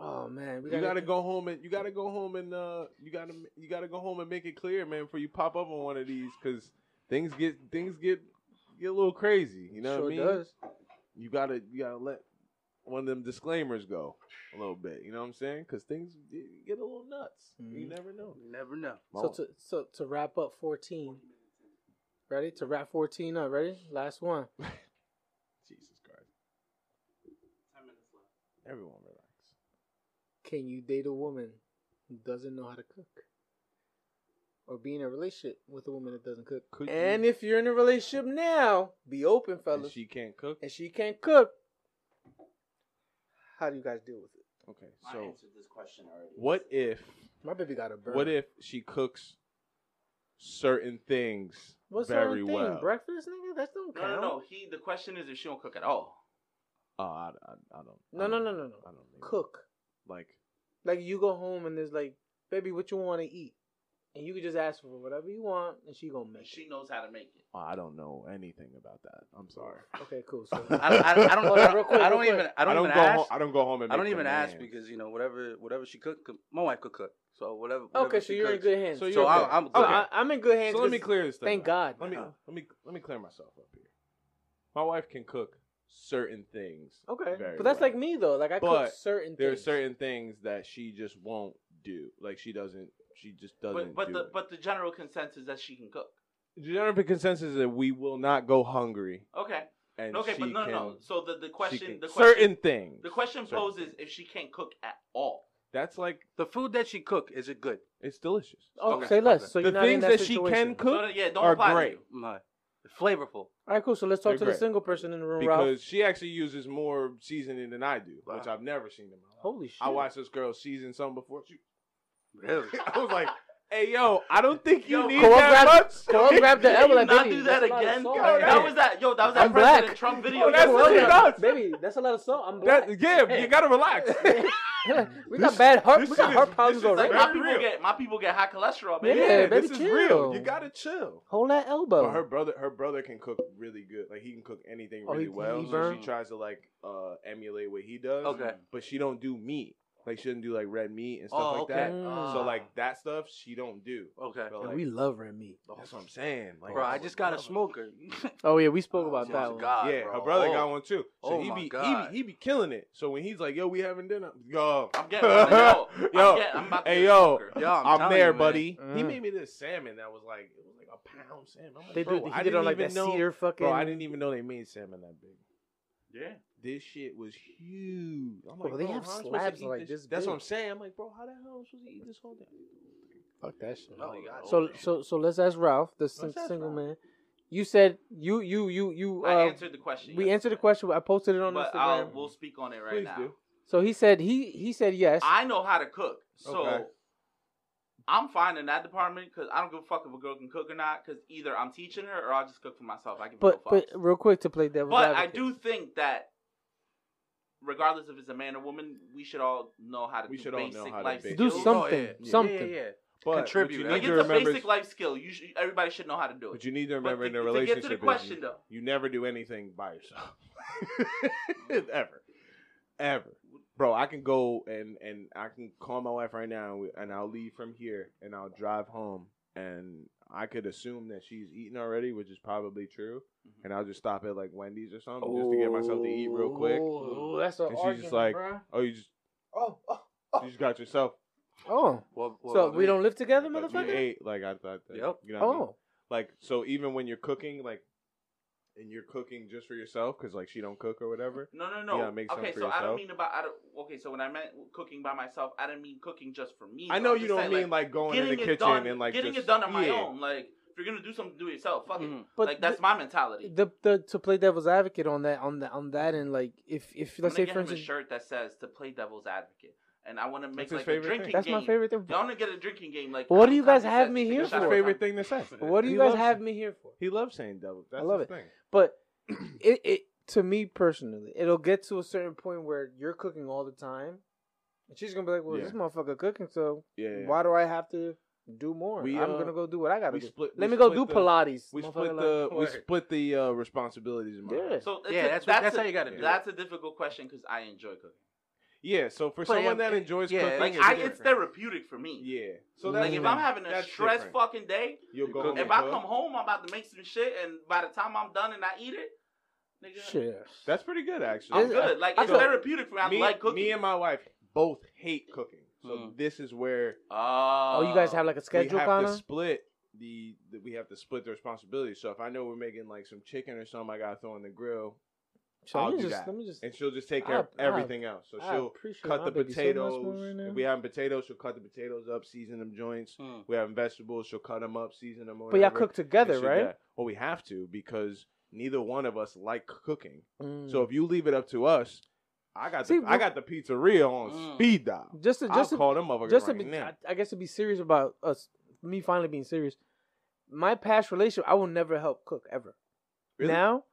Oh man, we You gotta, gotta go home and you gotta go home and uh, you gotta you gotta go home and make it clear, man, before you pop up on one of these, because things get things get get a little crazy. You know sure what I mean? does. You gotta you gotta let one of them disclaimers go a little bit. You know what I'm saying? Because things get- get a little nuts. You Mhm. never know. You never know. So to so to wrap up fourteen. Ready to wrap fourteen up. Ready, last one. Jesus Christ, Ten minutes left. everyone relax. Can you date a woman who doesn't know how to cook? Or be in a relationship with a woman that doesn't cook? Could and you, if you're in a relationship now, be open, and fellas. she can't cook. and she can't cook, how do you guys deal with it? Okay, I so answered this question already. what if My baby got a burn. what if she cooks certain things What's her very thing? well? Breakfast, nigga? That don't No, count. no, no. He. The question is if she don't cook at all. Oh, I, I, I don't. No, I don't- no, no, no, no. I don't think- Cook. Like, Like you go home and there's like, baby, what you want to eat, and you can just ask for whatever you want, and she gonna And make. she knows how to make it. oh, I don't know anything about that. I'm sorry. it. Okay, cool. So I don't. I don't. I don't, Hold on, real quick, real I don't quick. even. I don't, even go ask. Home, I don't go home and. I don't make even ask demands. because you know whatever whatever she cook, cook- my wife could cook. So whatever. whatever okay, so she you're in cooks- good hands. So So, you're So I, okay. I'm Okay. I, am in good hands. So let me 'cause- clear this thing. Thank up. God. Let me let me let me clear myself up here. My wife can cook certain things. Okay, very but that's well. like me though. Like I But cook certain. There are things. certain things that she just won't do. Like she doesn't. She just doesn't. But, but do the it. but the general consensus is that she can cook. general consensus is that we will not go hungry, Okay. and okay, she but no, can. no. So the the she question can- the question certain things. the question Certain poses things. if she can't cook at all. That's like The food that she cook is it good? it's delicious. Oh, Okay. say less. So the you're not in things that, that, she situation. can So cook that- yeah, don't are apply to great. you. My flavorful. All right, cool. So let's talk They're to the great. single person in the room, because Ralph. she actually uses more seasoning than I do, which Wow. I've never seen in my life. Holy shit! I watched this girl season some before she. Really? I was like, "Hey, yo, I don't think you Yo, need Come on, that grab, much." come on, grab the Can you elbow. Like, not baby, do that that's a lot of again? salt. Yo, Like, that That was that. Yo, that was that I'm President black. Trump video. Oh, that's Come what on, it baby. does. Baby, that's a lot of salt. I'm black. That, yeah, you gotta relax. we got bad heart. This We shit got is- heart this problems shit is already. Very like, my people real. get my people get high yeah, cholesterol, baby. Yeah, baby, this is real. chill. You gotta chill. Hold that elbow. But her brother, her brother can cook really good. Like he can cook anything Oh, really he- well. he so burn? she tries to like uh, emulate what he does. Okay. But she don't do meat. Like she doesn't do like red meat and stuff Oh, like okay. that. Mm. So like that stuff she don't do. Okay. But, And like, we love red meat. that's what I'm saying. Like, Bro, I would just got a love it. smoker. Oh yeah, we spoke Oh, about that one. God, yeah, bro. her brother Oh. got one too. So Oh he, my be, God. he be he be killing it. So when he's like, "Yo, we having dinner," yo, I'm getting one. Yo, Yo. I'm, getting, I'm about to Hey, get a yo. smoker. Yo, I'm, I'm, telling there, you, man. buddy. He Mm. made me this salmon that was like it was like a pound salmon. I'm like, They bro, do. I He did it didn't on like even that know, cedar fucking. Bro, I didn't even know they made salmon that big. Yeah. This shit was huge. I'm Bro, like, they bro, have how am I supposed to slabs eat like this. this That's what big. I'm saying. I'm like, bro, how the hell am I supposed to eat this whole thing? Fuck that shit. Oh, Like, God. So so so let's ask Ralph, the sing- ask single Ralph. man. You said you you you you. I Uh, answered the question. we yes. answered the question. I posted it on but I'll, Instagram. we'll speak on it right Please now. do. So he said he he said yes. I know how to cook, so Okay. I'm fine in that department because I don't give a fuck if a girl can cook or not. Because either I'm teaching her or I'll just cook for myself. I give but no but fucks. real quick to play devil's But I advocate. do think that, regardless if it's a man or woman, we should all know how to We do should all know basic how to life basic- Do skills. something. Oh, yeah. Something. Yeah, yeah, yeah. But Contribute. What you Like need to it's a remember. basic life skill. You should, everybody should know how to do it. What you need to remember but in to, a to relationship get to the is you- question though, You never do anything by yourself. Ever. Ever. Bro, I can go and and I can call my wife right now and, we, and I'll leave from here and I'll drive home and I could assume that she's eaten already, which is probably true. Mm-hmm. Mhm. And I'll just stop at like Wendy's or something just to get myself to eat real quick. Oh, that's an And she's just like, argument, bruh. oh, you just Oh, oh, you just got yourself. oh. Well, well, So well, we don't live together, Like, you motherfucker. ate like I thought. That, Yep. You know what I mean? Oh, like so even when you're cooking like and you're cooking just for yourself because like she don't cook or whatever No, no, no. Yeah, make some okay, for so I yourself. don't mean about. I don't, okay, so when I meant cooking by myself, I didn't mean cooking just for me. i though. know I'm you just don't saying, mean like, going in the it kitchen done, and like getting just- it done on my yeah. own. Like if you're gonna do something, do it yourself. Fuck it. Mhm. but like that's my mentality. the, the to play devil's advocate on that on that on that and like if if I'm let's gonna say get for him instance a shirt that says "To play devil's advocate," and I want to make his like a favorite thing. drinking that's game. my favorite thing. Y'all wanna get a drinking game? Like What do you Kanye guys says, have to me take a here that's shot his for? or favorite something. thing to say What do He you guys loves have it. me here for? he loves saying double that's I love his it. thing But it it to me personally, it'll get to a certain point where you're cooking all the time, and she's gonna be like, "Well, Yeah. this motherfucker cooking, so yeah, yeah. why do I have to do more? We, I'm uh, gonna go do what I gotta we do. split Let we me go do split the- Pilates. we Motherfucker, split like, the we word. split the uh responsibilities in my Yeah. house. So it's Yeah, a- that's what- that's that's a- how you gotta do it. That's a difficult question because I enjoy cooking. Yeah, so for But someone it- that enjoys yeah, cooking, it- Like Thing is I, different. it's therapeutic for me. yeah. So that's Like if I'm having a that's stress different. fucking day, you'll go If home if and I cook. come home, I'm about to make some shit, and by the time I'm done and I eat it, nigga, Shit. uh, that's pretty good actually. I'm good. Like I it's thought- therapeutic for me. I me, like cooking. me and my wife both hate cooking, so Hmm. this is where oh, Oh, you guys have like a schedule uh, we have kind to of? split the, the we have to split the responsibility. So if I know we're making like some chicken or something, I gotta throw in the grill, I'll let me do just, that. let me just. and she'll just take care of I- I- everything else. So I she'll appreciate cut my the baby so much potatoes. more right now. if we having potatoes, she'll cut the potatoes up, season them joints. Hmm. We having vegetables, she'll cut them up, season them. Or but y'all whatever, cook and together, shit right? that. Well, we have to because neither one of us like cooking. Mm. So if you leave it up to us, I got See, the, I we- got the pizzeria on Mm. speed dial. just to, just I'll to, call them motherfuckers just to right be, now. I, I guess to be serious about us, me finally being serious. My past relationship, I will never help cook ever. Really? Now,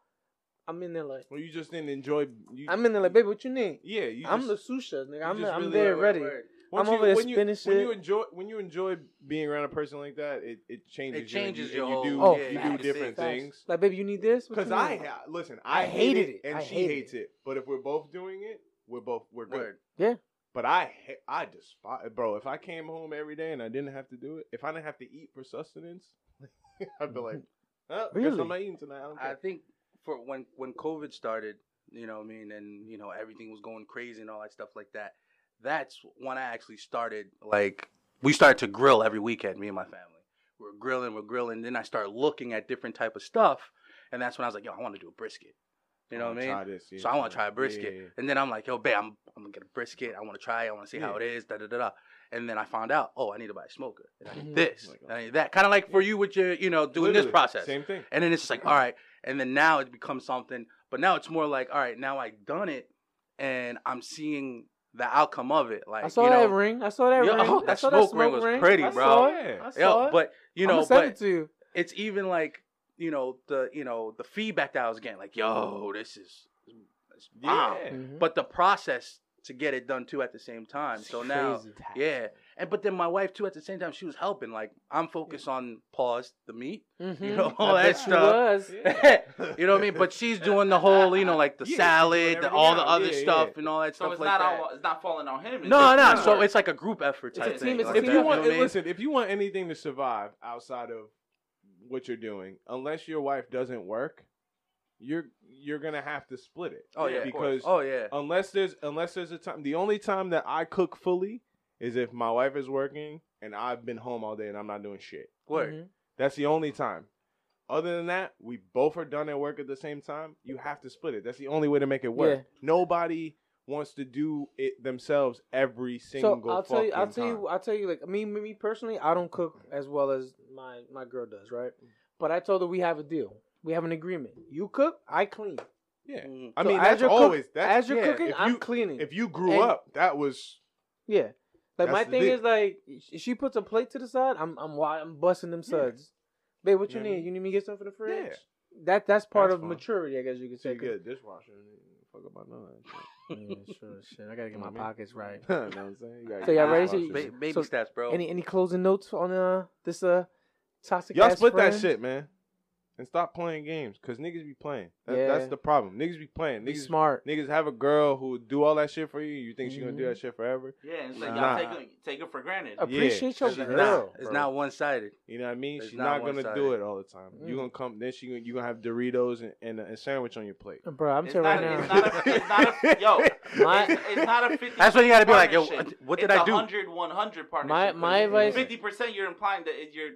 I'm in there like, Well, you just didn't enjoy. You, I'm in there like, baby, what you need? yeah, you I'm just, the sous chef, nigga. I'm, just I'm really there are- ready. once I'm you, over there when you, spinning When you shit. enjoy when you enjoy being around a person like that, it, it changes. It changes your you, and you, and you do whole- yeah, you do Oh, facts, different facts. things. Like, baby, you need this? What Because you I need? ha- listen, I I, hated hated it, it. and I she hated hates it. But if we're both doing it, we're both we're good. Word. But I ha- I despise bro. If I came home every day and I didn't have to do it, if I didn't have to eat for sustenance, I'd be like, oh, guess Mm-hmm. Really? I'm not eating tonight. I don't I care. think for when when COVID started, you know, what I mean, and you know, everything was going crazy and all that stuff like that. That's when I actually started. Like, we started to grill every weekend. Me and my family, we're grilling, we're grilling. Then I started looking at different type of stuff, and that's when I was like, yo, I want to do a brisket. You know what I mean? So I want to try a brisket, and then I'm like, yo, babe, I'm I'm gonna get a brisket. I want to try. it. I want to see how it is. Da da da da. And then I found out, oh, I need to buy a smoker. And I Mhm. need this. Like, and I need that. Kind of like for you with your, you know, doing this process. Same thing. And then it's just like, all right. And then now it becomes something. But now it's more like, all right, now I done it, and I'm seeing the outcome of it. Like I saw you know, that ring. I saw that Yo, ring. oh, I that saw smoke ring was pretty, I bro. Saw it. Yeah. I saw Yo, it. but you know, I'm send it but to you. it's even like you know the you know the feedback that I was getting, like, yo, this is, this is bomb. Yeah. Mhm. Mm-hmm. But the process to get it done too at the same time. So now, Crazy. yeah. And but then my wife too at the same time, she was helping. Like I'm focused on pause the meat, you Mhm. know, all I that bet she She stuff. was. you know what I mean? But she's doing the whole, you know, like the Yeah, she's doing salad, the, everything all the out. other Yeah, stuff, yeah. and all that So stuff it's like not that. all. It's not falling on him. It's no, just no. teamwork. So it's like a group effort It's type a thing. team- it's a like if that, team you effort. know want, what I mean? listen, if you want anything to survive outside of what you're doing, unless your wife doesn't work, you're you're gonna have to split it. oh yeah, of course. because oh yeah, unless there's unless there's a time, the only time that I cook fully is if my wife is working and I've been home all day and I'm not doing shit. word. Mhm. That's the only time. Other than that, we both are done at work at the same time. You have to split it. That's the only way to make it work. Yeah. Nobody wants to do it themselves every single. so I'll tell you, I'll fucking tell you, time. I'll tell you. Like me, me me personally, I don't cook as well as my my girl does, right? Mm. But I told her we have a deal. We have an agreement. You cook, I clean. Yeah. Mm. I So mean, as that's you're cook- always that's as you're yeah, cooking, If I'm you, cleaning. if you grew And- up, that was yeah, like my That's the thing deal. is like sh- she puts a plate to the side. I'm I'm wi- I'm busting them Yeah. suds. Babe, what You you, know what I need? You need me to get something for the fridge? Yeah. That that's part That's of fine. maturity, I guess you could so say. you get a dishwasher. and you Fuck up my nose. Yeah, sure, shit. I gotta You know what I mean? pockets right. you know what I'm saying? You gotta So get y'all a ready to- dishwasher. Ba- baby So- steps, bro. Any any closing notes on uh this uh toxic? Y'all ass split that friend? shit, man, and stop playing games. Cause niggas be playing. That, Yeah. That's the problem. Niggas be playing. Be Niggas smart. Niggas have a girl who do all that shit for you. You think she gonna do Mhm. that shit forever? yeah. It's like Nah. y'all take it, take it for granted. Uh, Appreciate Yeah. your it's Nah. girl. not, it's bro. not one sided. You know what I mean? It's She's not not, gonna do one-sided. it all the time. You Mm. gonna come then? She gonna, you gonna have Doritos and, and a sandwich on your plate. Bro, I'm It's telling you not- right it's now. not- a- it's not a- yo, My- it's, it's not a fifty. That's when you gotta be like, yo, partnership. what did it's I do? 100, 100 My- partnership. my advice- Fifty percent. You're implying that it- you're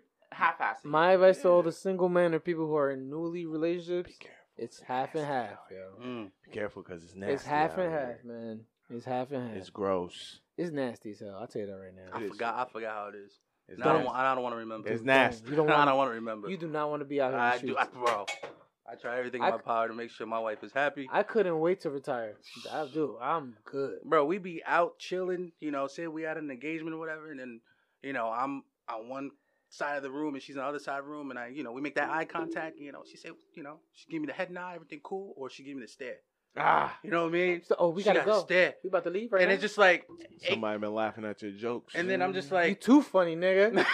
half-assing. My advice to all the single men or people who are in newly relationships, it's half and half, yo. Mm. Be careful, cause it's nasty. It's half out and here. half, man. It's half and half. It's It's, gross. nasty as hell. I'll tell you that right now. I is. forgot. I forgot how it is. It's No, I don't. nasty. wa- I don't want to remember. It's You nasty. don't- You don't I want. don't want to remember. You do not want to be out here. in the I do, I, streets. bro. I try everything I- in my power to make sure my wife is happy. I couldn't wait to retire. I do. I'm good. bro, we be out chilling, you know, say we had an engagement or whatever, and then, you know, I'm on one side of the room and she's on the other side of the room, and I, you know, we make that eye contact, you know, she say, you know, she give me the head nod, everything cool, or she give me the stare. Ah, You know what I mean? So, oh, we She gotta got a go. stare. We about to leave right And now. it's just like, eh, somebody been laughing at your jokes. and then I'm just you like, too funny, nigga.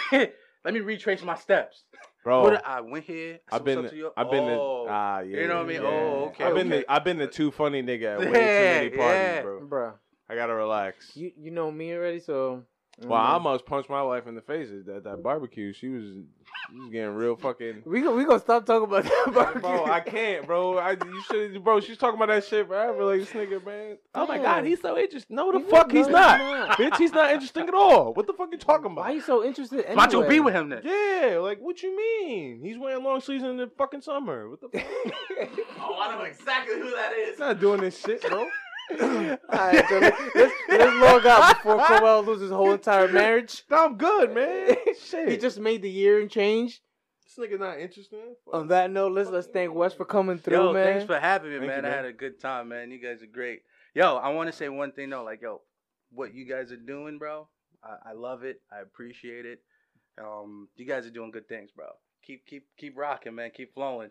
let me retrace my steps. bro, What did- I went here. I I've been, To your, I've been, oh, the, ah, yeah, You know what I mean? yeah. Oh, okay, I've been, okay. the, I've been the too funny nigga at way Yeah, too many parties, yeah. bro. Bro, I gotta relax. You you know me already, so. mm-hmm. well, I almost punched my wife in the face at that, that barbecue. She was, she was getting real fucking. We go, we gonna stop talking about that barbecue. Bro, I can't, bro. I you should, bro. She's talking about that shit, bro. I relate, this nigga, man. Oh my god, Damn. he's so interesting. No, the He- fuck, he's no, not. Bitch, he's not interesting at all. What the fuck you talking about? Why you so interested? Anyway? Macho be with him then. Yeah, like what you mean? He's wearing long sleeves in the fucking summer. What the fuck? Oh, I know exactly who that is. He's not doing this shit, bro. Alright, so let's, let's let's log out before Crowell loses his whole entire marriage. No, I'm good, man. Shit. He just made the year and change. this nigga not interesting. On that note, let's let's thank Wes for coming through, Yo, man. thanks for having me, Thank man. you, I had man. a good time, man. You guys are great. Yo, I want to say one thing though. Like, yo, what you guys are doing, bro? I, I love it. I appreciate it. Um, you guys are doing good things, bro. Keep keep keep rocking, man. Keep flowing.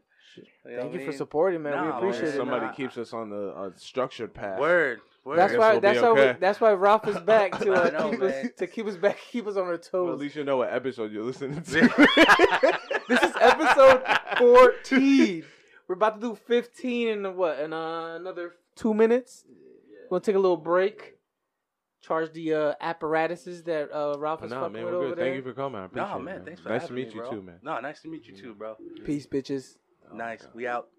know Thank what you I for mean? supporting, man. Nah, we appreciate man. it. man. Somebody man. keeps us on the uh, structured path. Word, word. That's guess why. we'll be that's how. okay. We, that's why Ralph is back to I uh, know, keep us man. to keep us back, keep us on our Well, at toes. least you know what episode you're listening to. this this is episode fourteen. We're about to do fifteen in what in uh, another two minutes. We'll take a little break. Charge the uh, apparatuses that uh, Ralph But is nah, fucking man, with we're over good. there. Thank you for coming. I appreciate Nah, it. man. Thanks for Nice to having meet me, you bro. too, man. No, nice to meet you too, bro. Peace, bitches. Nice. We out.